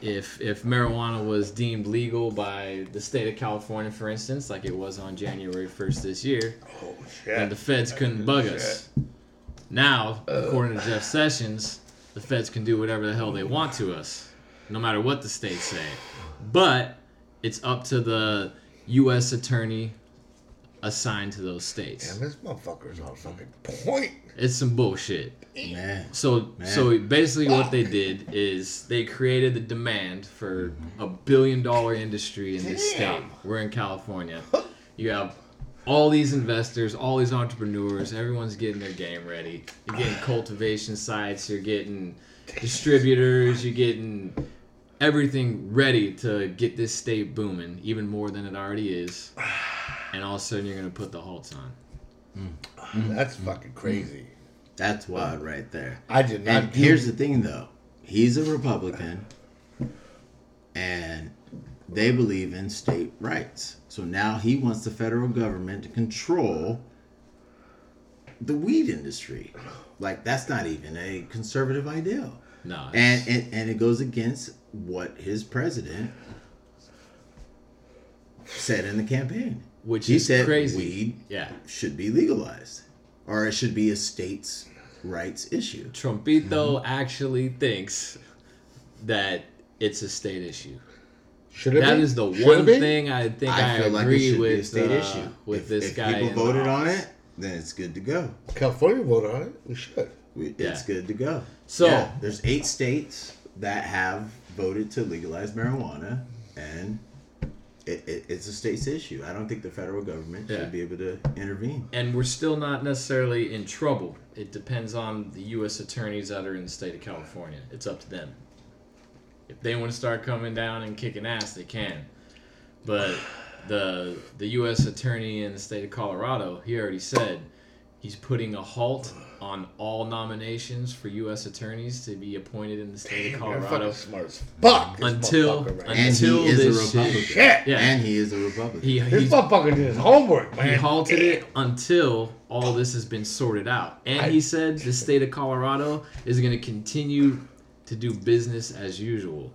Speaker 3: if if marijuana was deemed legal by the state of California, for instance, like it was on January first this year,
Speaker 1: Oh,
Speaker 3: then the feds couldn't bug us. Now, according to Jeff Sessions, the feds can do whatever the hell they want to us, no matter what the states say. But it's up to the U.S. attorney assigned to those states.
Speaker 1: Damn, this motherfucker's on fucking point.
Speaker 3: It's some bullshit.
Speaker 6: Man.
Speaker 3: So so basically what they did is they created the demand for a billion dollar industry in this state.
Speaker 1: Damn.
Speaker 3: We're in California. You have all these investors, all these entrepreneurs, everyone's getting their game ready. You're getting cultivation sites, you're getting distributors, you're getting everything ready to get this state booming even more than it already is. And all of a sudden you're gonna put the halts on.
Speaker 1: That's fucking crazy.
Speaker 6: That's wild right there.
Speaker 1: I did not.
Speaker 6: And
Speaker 1: do-
Speaker 6: here's the thing, though. He's a Republican, and they believe in state rights. So now he wants the federal government to control the weed industry. Like that's not even a conservative ideal,
Speaker 3: No. it's-
Speaker 6: and and, and it goes against what his president said in the campaign.
Speaker 3: which
Speaker 4: He
Speaker 3: is
Speaker 4: said
Speaker 3: crazy.
Speaker 4: weed
Speaker 3: Yeah.
Speaker 4: should be legalized, or it should be a state's rights issue.
Speaker 3: Trumpito
Speaker 4: Mm-hmm.
Speaker 3: actually thinks that it's a state issue.
Speaker 1: Should it
Speaker 3: That
Speaker 1: be?
Speaker 3: is the
Speaker 1: Should
Speaker 3: one
Speaker 1: it be?
Speaker 3: thing I think I,
Speaker 4: I feel like it
Speaker 3: agree
Speaker 4: should
Speaker 3: with
Speaker 4: be a state
Speaker 3: uh,
Speaker 4: issue.
Speaker 3: with
Speaker 4: if,
Speaker 3: this
Speaker 4: if
Speaker 3: guy.
Speaker 4: people
Speaker 3: in
Speaker 4: voted on
Speaker 3: office.
Speaker 4: it, then it's good to go.
Speaker 1: California voted on it. We should.
Speaker 4: We,
Speaker 3: Yeah.
Speaker 4: It's good to go.
Speaker 3: So-
Speaker 4: there's eight states that have voted to legalize marijuana, and it, it, it's a state's issue. I don't think the federal government
Speaker 3: Yeah.
Speaker 4: should be able to intervene.
Speaker 3: and we're still not necessarily in trouble. It depends on the U.S. attorneys that are in the state of California. It's up to them. If they want to start coming down and kicking ass, they can. But the the U.S. attorney in the state of Colorado, he already said he's putting a halt on all nominations for U.s. attorneers to be appointed in the state
Speaker 1: Damn,
Speaker 3: of
Speaker 1: you're fucking
Speaker 3: Colorado
Speaker 1: smart as fuck. this
Speaker 3: until
Speaker 1: motherfucker, man.
Speaker 4: un-
Speaker 3: until
Speaker 4: And he is a
Speaker 3: this shit.
Speaker 4: Republican.
Speaker 1: shit.
Speaker 3: Yeah.
Speaker 4: And he is a Republican.
Speaker 3: He,
Speaker 1: This
Speaker 3: he's
Speaker 1: motherfucker did his homework, man.
Speaker 3: He halted it until all this has been sorted out. And
Speaker 1: I-
Speaker 3: he said the state of Colorado is going to continue to do business as usual.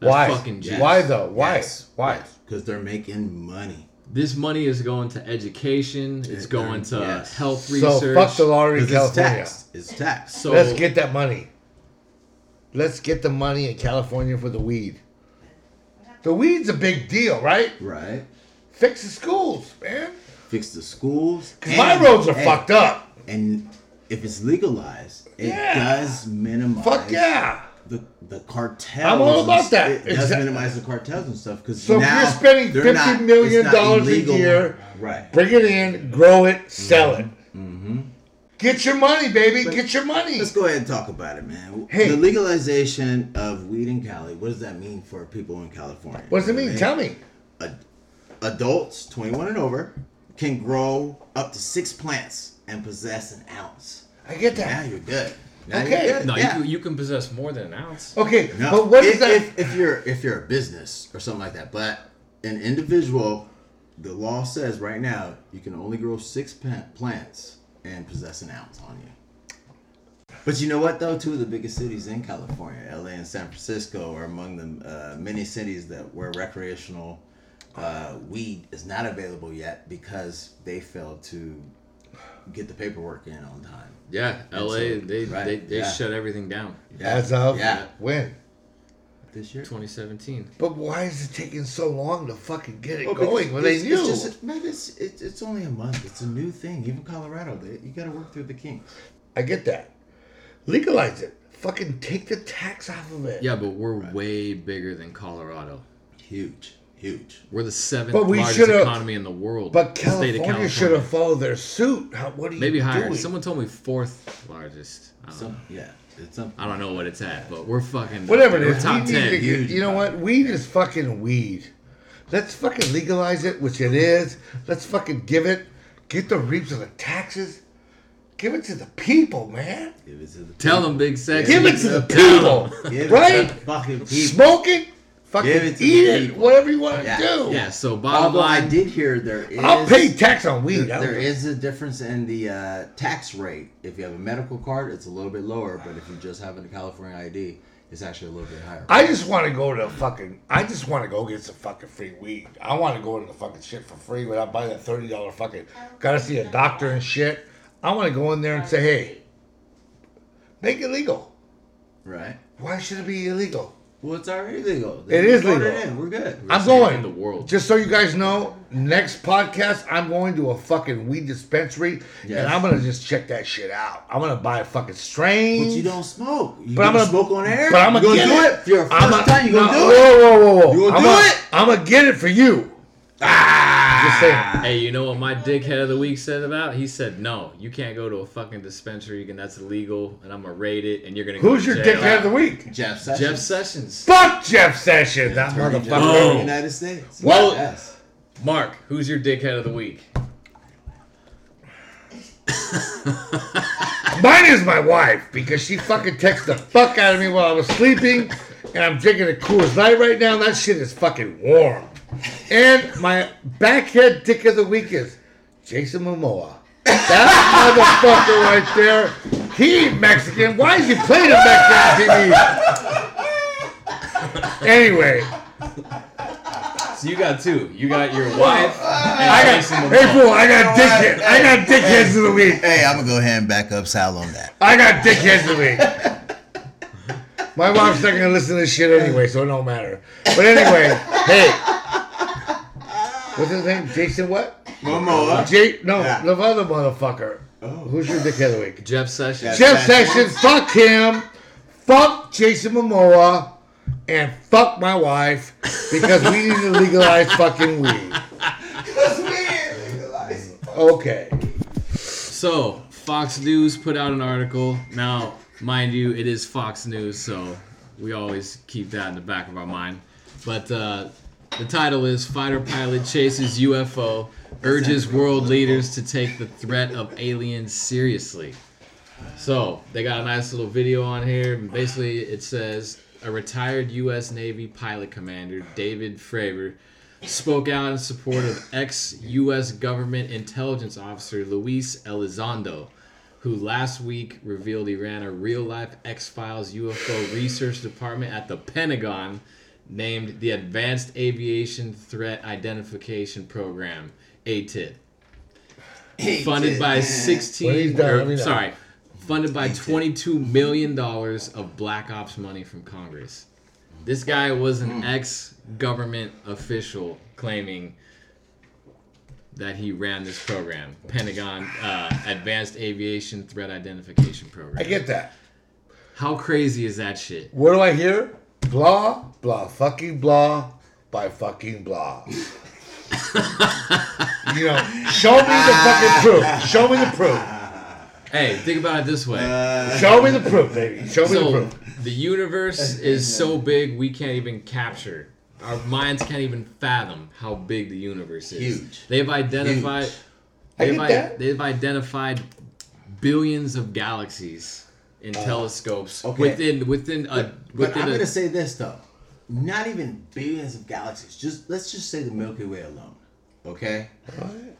Speaker 3: That's
Speaker 1: Why?
Speaker 3: fucking genius.
Speaker 1: Why though? Why? Why?
Speaker 4: Because they're making money.
Speaker 3: This money is going to education, it's
Speaker 4: Yeah,
Speaker 3: going to
Speaker 4: yes.
Speaker 3: health
Speaker 1: So
Speaker 3: research.
Speaker 1: fuck the law in
Speaker 4: 'Cause it's
Speaker 1: California.
Speaker 4: taxed. It's taxed.
Speaker 3: So
Speaker 1: Let's get that money. Let's get the money in California for the weed. The weed's a big deal, right?
Speaker 4: Right.
Speaker 1: Fix the schools, man.
Speaker 4: Fix the schools.
Speaker 1: 'Cause my roads are fucked up.
Speaker 4: And if it's legalized, it
Speaker 1: Yeah.
Speaker 4: does minimize.
Speaker 1: Fuck yeah.
Speaker 4: the the cartels.
Speaker 1: I'm all
Speaker 4: and
Speaker 1: about
Speaker 4: st-
Speaker 1: that.
Speaker 4: It does
Speaker 1: Exact-
Speaker 4: minimize the cartels and stuff because
Speaker 1: So if
Speaker 4: now
Speaker 1: you're spending
Speaker 4: they're
Speaker 1: $50
Speaker 4: not-
Speaker 1: million
Speaker 4: it's not
Speaker 1: dollars a
Speaker 4: illegal.
Speaker 1: year,
Speaker 4: right?
Speaker 1: Bring it in, grow it, sell it. Get your money, baby. Get your money.
Speaker 4: Let's go ahead and talk about it, man.
Speaker 1: Hey.
Speaker 4: The legalization of weed in Cali. What does that mean for people in California?
Speaker 1: What does it mean? Tell me.
Speaker 4: Ad- adults 21 and over can grow up to six plants and possess an ounce.
Speaker 1: I get
Speaker 4: Now
Speaker 1: that.
Speaker 4: you're good. Now
Speaker 1: Okay.
Speaker 4: You're good.
Speaker 3: no,
Speaker 4: yeah.
Speaker 3: you, you can possess more than an ounce.
Speaker 1: Okay,
Speaker 4: No.
Speaker 1: but what
Speaker 4: if,
Speaker 1: is that?
Speaker 4: If, if you're if you're a business or something like that, but an individual, the law says right now you can only grow six plant, plants and possess an ounce on you. But you know what though? Two of the biggest cities in California, LA and San Francisco, are among the uh, many cities that where recreational uh, weed is not available yet because they failed to get the paperwork in on time.
Speaker 3: Yeah, LA,
Speaker 4: so-
Speaker 3: they,
Speaker 4: right,
Speaker 3: they, they
Speaker 4: yeah.
Speaker 3: shut everything down.
Speaker 1: As of
Speaker 4: yeah
Speaker 1: when?
Speaker 4: this year.
Speaker 3: 2017.
Speaker 1: But why is it taking so long to fucking get it
Speaker 4: Well, Oh, because
Speaker 1: going when they
Speaker 4: it's-
Speaker 1: knew?
Speaker 4: It's just, man, it's, it's, it's only a month. It's a new thing. Even Colorado, they, you got to work through the kinks.
Speaker 1: I get that. Legalize it. Fucking take the tax off of it.
Speaker 3: Yeah, but we're way bigger than Colorado.
Speaker 4: Huge, huge.
Speaker 3: We're the seventh
Speaker 1: But we
Speaker 3: largest
Speaker 1: should've-
Speaker 3: economy in the world.
Speaker 1: But
Speaker 3: the state of
Speaker 1: California, should have followed their suit. How, what are you
Speaker 3: Maybe higher.
Speaker 1: doing?
Speaker 3: Someone told me fourth largest. I don't, know.
Speaker 4: Some, yeah, it's something.
Speaker 3: I don't know what it's at, but we're fucking up
Speaker 1: Whatever it
Speaker 3: there. We're
Speaker 1: is, we
Speaker 3: Top
Speaker 1: need
Speaker 3: ten.
Speaker 1: to get- you know what? Weed is fucking weed. Let's fucking legalize it, which it is. Let's fucking give it. Get the reaps of the taxes. Give it to the people, man.
Speaker 4: Give it to the
Speaker 3: Tell them, big sexy.
Speaker 1: Give it to the people,
Speaker 3: Tell 'em.
Speaker 4: people. Give It
Speaker 1: right?
Speaker 4: to the fucking people.
Speaker 1: Smoke it, fucking
Speaker 4: Give it to
Speaker 1: eat
Speaker 4: the
Speaker 1: it,
Speaker 4: people.
Speaker 1: whatever you want to
Speaker 4: Yeah,
Speaker 1: do.
Speaker 3: Yeah. So bottom
Speaker 4: Although I
Speaker 3: line,
Speaker 4: did hear there is.
Speaker 1: I'll pay tax on weed.
Speaker 4: There-
Speaker 1: I don't
Speaker 4: there
Speaker 1: give a
Speaker 4: is a difference in the uh, tax rate. If you have a medical card, it's a little bit lower, but if you just have a California ID, it's actually a little bit higher.
Speaker 1: I just want to go to fucking. I just want to go get some fucking free weed. I want to go to the fucking shit for free without buying a thirty dollar fucking. Gotta see a doctor and shit. I want to go in there and say, hey, make it legal.
Speaker 4: right?
Speaker 1: Why should it be illegal?
Speaker 4: Well, it's already legal.
Speaker 1: It is
Speaker 4: Vote
Speaker 1: legal.
Speaker 4: in. We're good.
Speaker 1: I'm
Speaker 3: saving
Speaker 1: going.
Speaker 3: the world.
Speaker 1: Just so you guys know, next podcast I'm going to a fucking weed dispensary
Speaker 4: Yes.
Speaker 1: and I'm gonna just check that shit out. I'm gonna buy a fucking strain.
Speaker 4: But you don't smoke. You
Speaker 1: But
Speaker 4: don't
Speaker 1: I'm gonna-
Speaker 4: smoke on air.
Speaker 1: But I'm
Speaker 4: you
Speaker 1: gonna, get
Speaker 4: gonna do
Speaker 1: it.
Speaker 4: it. For your 1st
Speaker 1: I'ma-
Speaker 4: time, you gonna
Speaker 1: no,
Speaker 4: do it.
Speaker 1: Whoa, whoa, whoa! whoa.
Speaker 4: You gonna
Speaker 1: I'm
Speaker 4: do
Speaker 1: gonna,
Speaker 4: it?
Speaker 1: I'm gonna get it for you. Ah! Just saying.
Speaker 3: hey, you know what my dickhead of the week said about? He said, "No, you can't go to a fucking dispensary, and that's illegal, and I'm gonna raid it, and you're gonna." go
Speaker 1: Who's
Speaker 3: to
Speaker 1: your
Speaker 3: jail."
Speaker 1: dickhead of the week?
Speaker 4: Jeff Sessions.
Speaker 3: Jeff Sessions.
Speaker 1: Fuck Jeff Sessions, that
Speaker 4: General of the
Speaker 1: motherfucker.
Speaker 3: Whoa.
Speaker 4: United States.
Speaker 3: Whoa.
Speaker 4: Yes.
Speaker 3: Mark, who's your dickhead of the week?
Speaker 1: Mine is my wife because she fucking texted the fuck out of me while I was sleeping, and I'm drinking a Coors Light right now. That shit is fucking warm. And my backhead dick of the week is Jason Momoa. That motherfucker right there. He Mexican. Why is he playing a Mexican TV? Anyway,
Speaker 4: So
Speaker 3: So you got two. You got your wife and
Speaker 11: I got
Speaker 3: Jason Momoa.
Speaker 11: April. I got dickhead. I got dickheads of the week.
Speaker 4: Hey, I'm gonna go ahead and back up Sal on that.
Speaker 11: I got dickheads of the week. My mom's not gonna listen to this shit anyway, so it don't matter. But anyway, hey, what's his name? Jason what?
Speaker 4: Momoa.
Speaker 11: Jay? No,
Speaker 4: Yeah.
Speaker 11: the other motherfucker. Who's your dickhead of the week?
Speaker 3: Jeff Sessions.
Speaker 11: Jeff Sessions, fuck him, fuck Jason Momoa, and fuck my wife because we need to legalize fucking weed. Okay.
Speaker 3: So Fox News put out an article. Now, mind you, it is Fox News, so we always keep that in the back of our mind. But uh, the title is "Fighter Pilot Chases UFO, Urges World Leaders to Take the Threat of Aliens Seriously." So they got a nice little video on here. Basically, it says a retired U.S. Navy pilot commander, David Fravor, spoke out in support of ex-U.S. government intelligence officer Luis Elizondo, who last week revealed he ran a real-life X-Files UFO research department at the Pentagon named the Advanced Aviation Threat Identification Program, ATIP funded by 16
Speaker 11: Well, he's done,
Speaker 3: or,
Speaker 11: let me know.
Speaker 3: sorry funded by 22 million dollars of black ops money from congress this guy was an ex-government official claiming that he ran this program pentagon uh, advanced aviation threat identification program
Speaker 11: I get that.
Speaker 3: how crazy is that shit
Speaker 11: What do I hear? Blah, blah, fucking blah, by fucking blah. you know, show me the fucking proof. Show me the proof.
Speaker 3: hey think about it this way
Speaker 11: Show me the proof, baby. Show me the
Speaker 3: so
Speaker 11: proof.
Speaker 3: the universe is so big we can't even capture our minds can't even fathom how big the universe is
Speaker 4: Huge.
Speaker 3: they've identified
Speaker 4: Huge.
Speaker 11: I
Speaker 3: They've,
Speaker 11: get
Speaker 3: i-
Speaker 11: that.
Speaker 3: they've identified billions of galaxies in telescopes
Speaker 4: Oh. okay.
Speaker 3: within within a
Speaker 4: But
Speaker 3: within
Speaker 4: I'm
Speaker 3: a,
Speaker 4: gonna say this though, not even billions of galaxies. Just let's just say the Milky Way alone. Okay,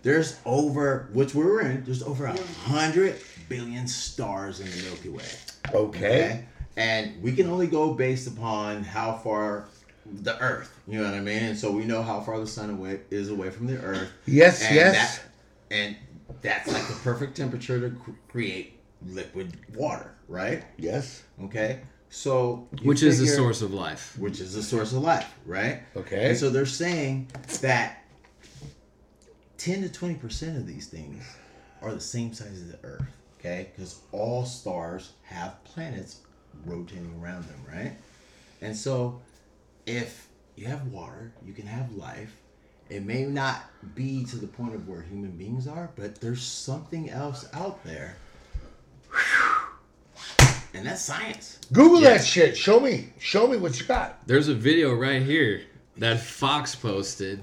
Speaker 4: there's over which we're in. There's over a hundred billion stars in the Milky Way.
Speaker 11: Okay.
Speaker 4: Okay, and we can only go based upon how far the Earth. You know what I mean? And so we know how far the sun away is away from the Earth.
Speaker 11: Yes,
Speaker 4: and
Speaker 11: yes.
Speaker 4: That, and that's like the perfect temperature to cr- create liquid water, right?
Speaker 11: Yes.
Speaker 4: Okay. So you
Speaker 3: which is the
Speaker 4: figure-
Speaker 3: source of life.
Speaker 4: which is the source of life, right?
Speaker 11: Okay.
Speaker 4: And so they're saying that 10 to 20% of these things are the same size as the Earth, okay? Because all stars have planets rotating around them, right? And so if you have water, you can have life. It may not be to the point of where human beings are, but there's something else out there. And that's science.
Speaker 11: Google that shit. Show me. Show me what you got.
Speaker 3: There's a video right here that Fox posted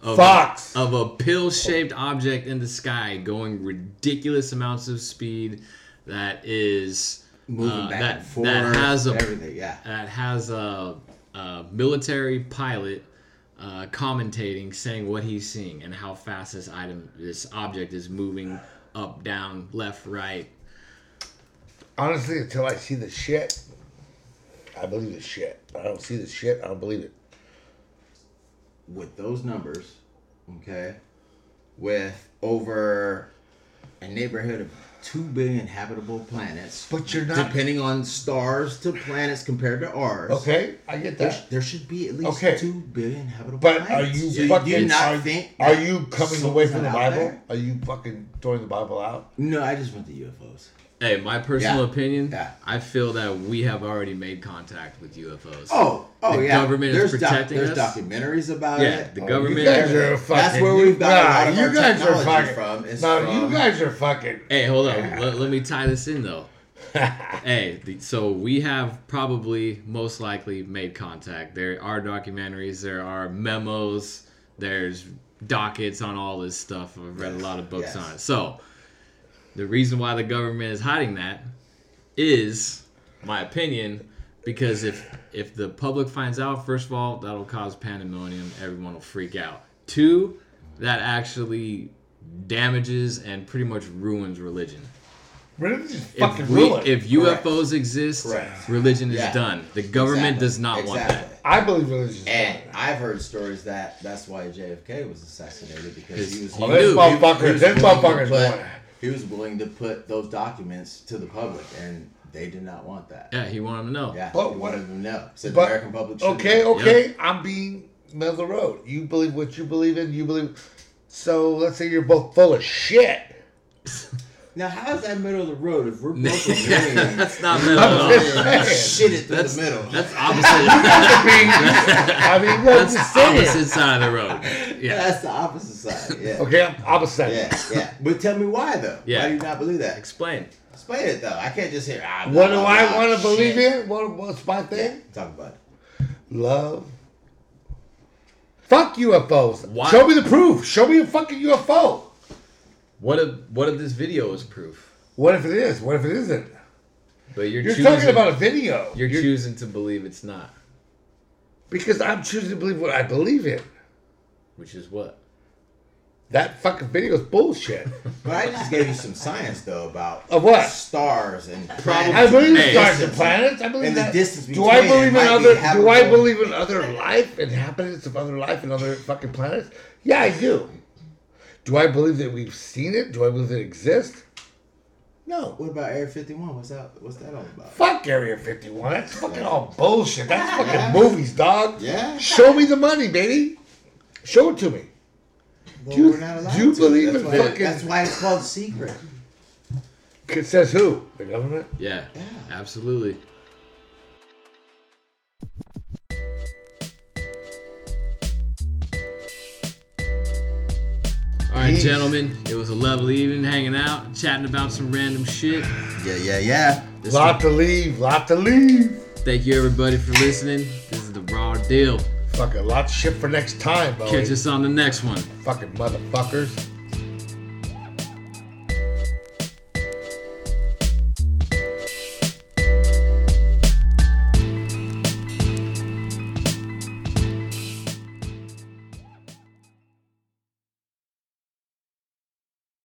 Speaker 3: of
Speaker 11: Fox.
Speaker 3: of a pill-shaped object in the sky going ridiculous amounts of speed that is
Speaker 4: Moving
Speaker 3: uh,
Speaker 4: back
Speaker 3: that
Speaker 4: and forth,
Speaker 3: that has a
Speaker 4: everything, yeah.
Speaker 3: that has a, a military pilot uh, commentating, saying what he's seeing and how fast this item, this object, is moving up, down, left, right.
Speaker 11: Honestly, until I see the shit, I believe the shit. I don't see the shit. I don't believe it.
Speaker 4: with those numbers, okay, with over a neighborhood of two billion habitable planets,
Speaker 11: But you're not.
Speaker 4: depending on stars to planets compared to ours.
Speaker 11: Okay, I get
Speaker 4: There, sh-
Speaker 11: that.
Speaker 4: there should be at least
Speaker 11: Okay.
Speaker 4: two billion habitable
Speaker 11: But are
Speaker 4: planets.
Speaker 11: you
Speaker 4: Do
Speaker 11: fucking?
Speaker 4: do you not
Speaker 11: are,
Speaker 4: think
Speaker 11: are
Speaker 4: that
Speaker 11: you coming away from the
Speaker 4: something's out
Speaker 11: Bible?
Speaker 4: there?
Speaker 11: Are you fucking throwing the Bible out?
Speaker 4: No, I just went to UFOs.
Speaker 3: Hey, my personal
Speaker 4: Yeah.
Speaker 3: opinion,
Speaker 4: Yeah.
Speaker 3: I feel that we have already made contact with UFOs.
Speaker 4: Oh, oh
Speaker 3: The
Speaker 4: yeah.
Speaker 3: government is
Speaker 4: there's
Speaker 3: protecting
Speaker 4: there's
Speaker 3: us?
Speaker 4: documentaries about
Speaker 3: Yeah,
Speaker 4: it.
Speaker 3: the
Speaker 4: Oh, you
Speaker 3: government-
Speaker 4: guys
Speaker 11: You guys are
Speaker 4: are-
Speaker 11: fucking.
Speaker 4: That's where we've got
Speaker 11: nah,
Speaker 4: a lot of
Speaker 11: you
Speaker 4: our
Speaker 11: guys are
Speaker 4: technology
Speaker 11: fucking.
Speaker 4: from. is
Speaker 11: no,
Speaker 4: from-
Speaker 11: you guys are fucking.
Speaker 3: Hey, hold on. Let, let me tie this in though. hey, the, so we have probably most likely made contact. There are documentaries, there are memos, there's dockets on all this stuff. I've read a lot of books
Speaker 4: yes.
Speaker 3: on it. So the reason why the government is hiding that is my opinion because if if the public finds out first of all that'll cause pandemonium everyone will freak out two that actually damages and pretty much ruins religion
Speaker 11: Religion is
Speaker 3: if
Speaker 11: fucking
Speaker 3: we
Speaker 11: ruined.
Speaker 3: if
Speaker 4: Correct.
Speaker 3: ufos exist
Speaker 4: Correct.
Speaker 3: religion is
Speaker 4: Yeah.
Speaker 3: done the government
Speaker 4: Exactly.
Speaker 3: does not want
Speaker 4: Exactly.
Speaker 3: that
Speaker 11: I believe religion is
Speaker 4: And
Speaker 11: bad.
Speaker 4: I've heard stories that that's why JFK was assassinated because he was
Speaker 3: He
Speaker 11: Well, this
Speaker 3: knew.
Speaker 11: motherfucker, this
Speaker 4: willing to
Speaker 11: motherfucker's
Speaker 4: put-
Speaker 11: going.
Speaker 4: He was willing to put those documents to the public, and they did not want that.
Speaker 3: Yeah, he wanted him to know.
Speaker 4: Yeah,
Speaker 11: But
Speaker 4: he
Speaker 11: what-
Speaker 4: wanted them to know. Said
Speaker 11: but-
Speaker 4: the American public. should
Speaker 11: Okay,
Speaker 4: know.
Speaker 11: okay, I'm being middle of the road. You believe what you believe in, you believe. So let's say you're both full of shit.
Speaker 4: Now, how is that middle of the road if we're both agreeing?
Speaker 3: that's not middle at all.
Speaker 4: Shit it through
Speaker 3: That's-
Speaker 4: the middle.
Speaker 3: That's opposite.
Speaker 11: I mean, what
Speaker 3: that's
Speaker 11: you
Speaker 3: opposite
Speaker 11: saying?
Speaker 3: side of the road. Yeah.
Speaker 4: That's the opposite side. Yeah.
Speaker 11: Okay, I'm opposite.
Speaker 4: Yeah, yeah. But tell me why though.
Speaker 3: Yeah.
Speaker 4: Why do you not believe that?
Speaker 3: Explain.
Speaker 4: Explain it though. I can't just hear. Ah,
Speaker 11: What do
Speaker 4: blah,
Speaker 11: I
Speaker 4: blah,
Speaker 11: want to
Speaker 4: shit."
Speaker 11: believe in? What, what's my
Speaker 4: Yeah,
Speaker 11: thing?
Speaker 4: talk about it.
Speaker 11: Love. Fuck UFOs.
Speaker 3: Why-
Speaker 11: Show me the proof. Show me a fucking UFO.
Speaker 3: What if what if this video is proof?
Speaker 11: What if it is? What if it isn't?
Speaker 3: But you're,
Speaker 11: You're
Speaker 3: choosing,
Speaker 11: talking about a video.
Speaker 3: you're,
Speaker 11: You're-
Speaker 3: choosing to believe it's not,
Speaker 11: because I'm choosing to believe what I believe in.
Speaker 3: which is what.
Speaker 11: That fucking video is bullshit.
Speaker 4: But I just gave you some science though about
Speaker 11: Of what?
Speaker 4: stars and
Speaker 11: I
Speaker 4: planets.
Speaker 11: believe in
Speaker 3: Hey.
Speaker 11: stars and
Speaker 4: Distance.
Speaker 11: planets. I believe
Speaker 4: And the
Speaker 11: that.
Speaker 4: distance
Speaker 11: do I
Speaker 4: between
Speaker 11: believe in
Speaker 4: might be
Speaker 11: other? Do I
Speaker 4: habitable.
Speaker 11: believe in other life, inhabitants of other life, and other fucking planets? Yeah, I do. Do I believe that we've seen it? Do I believe it exists? No.
Speaker 4: What about Air 51? What's that? What's that all about?
Speaker 11: Fuck Area 51. That's fucking all bullshit. That's fucking movies, dog.
Speaker 4: Yeah.
Speaker 11: Show me the money, baby. Show it to me.
Speaker 4: Well,
Speaker 11: Do you-
Speaker 4: we're not allowed
Speaker 11: do you
Speaker 4: to.
Speaker 11: believe
Speaker 4: that's
Speaker 11: in
Speaker 4: why,
Speaker 11: fucking-
Speaker 4: That's why it's called secret.
Speaker 11: It says who? The government?
Speaker 3: Yeah,
Speaker 4: Yeah.
Speaker 3: absolutely. All right,
Speaker 11: Jeez.
Speaker 3: gentlemen, it was a lovely evening hanging out, chatting about some random shit.
Speaker 4: Yeah, yeah, yeah.
Speaker 3: This
Speaker 11: Lot to leave. Lot to leave.
Speaker 3: Thank you, everybody, for listening. This is the raw deal.
Speaker 11: Fucking lot of shit for next time, buddy.
Speaker 3: Catch us on the next one.
Speaker 11: Fucking motherfuckers.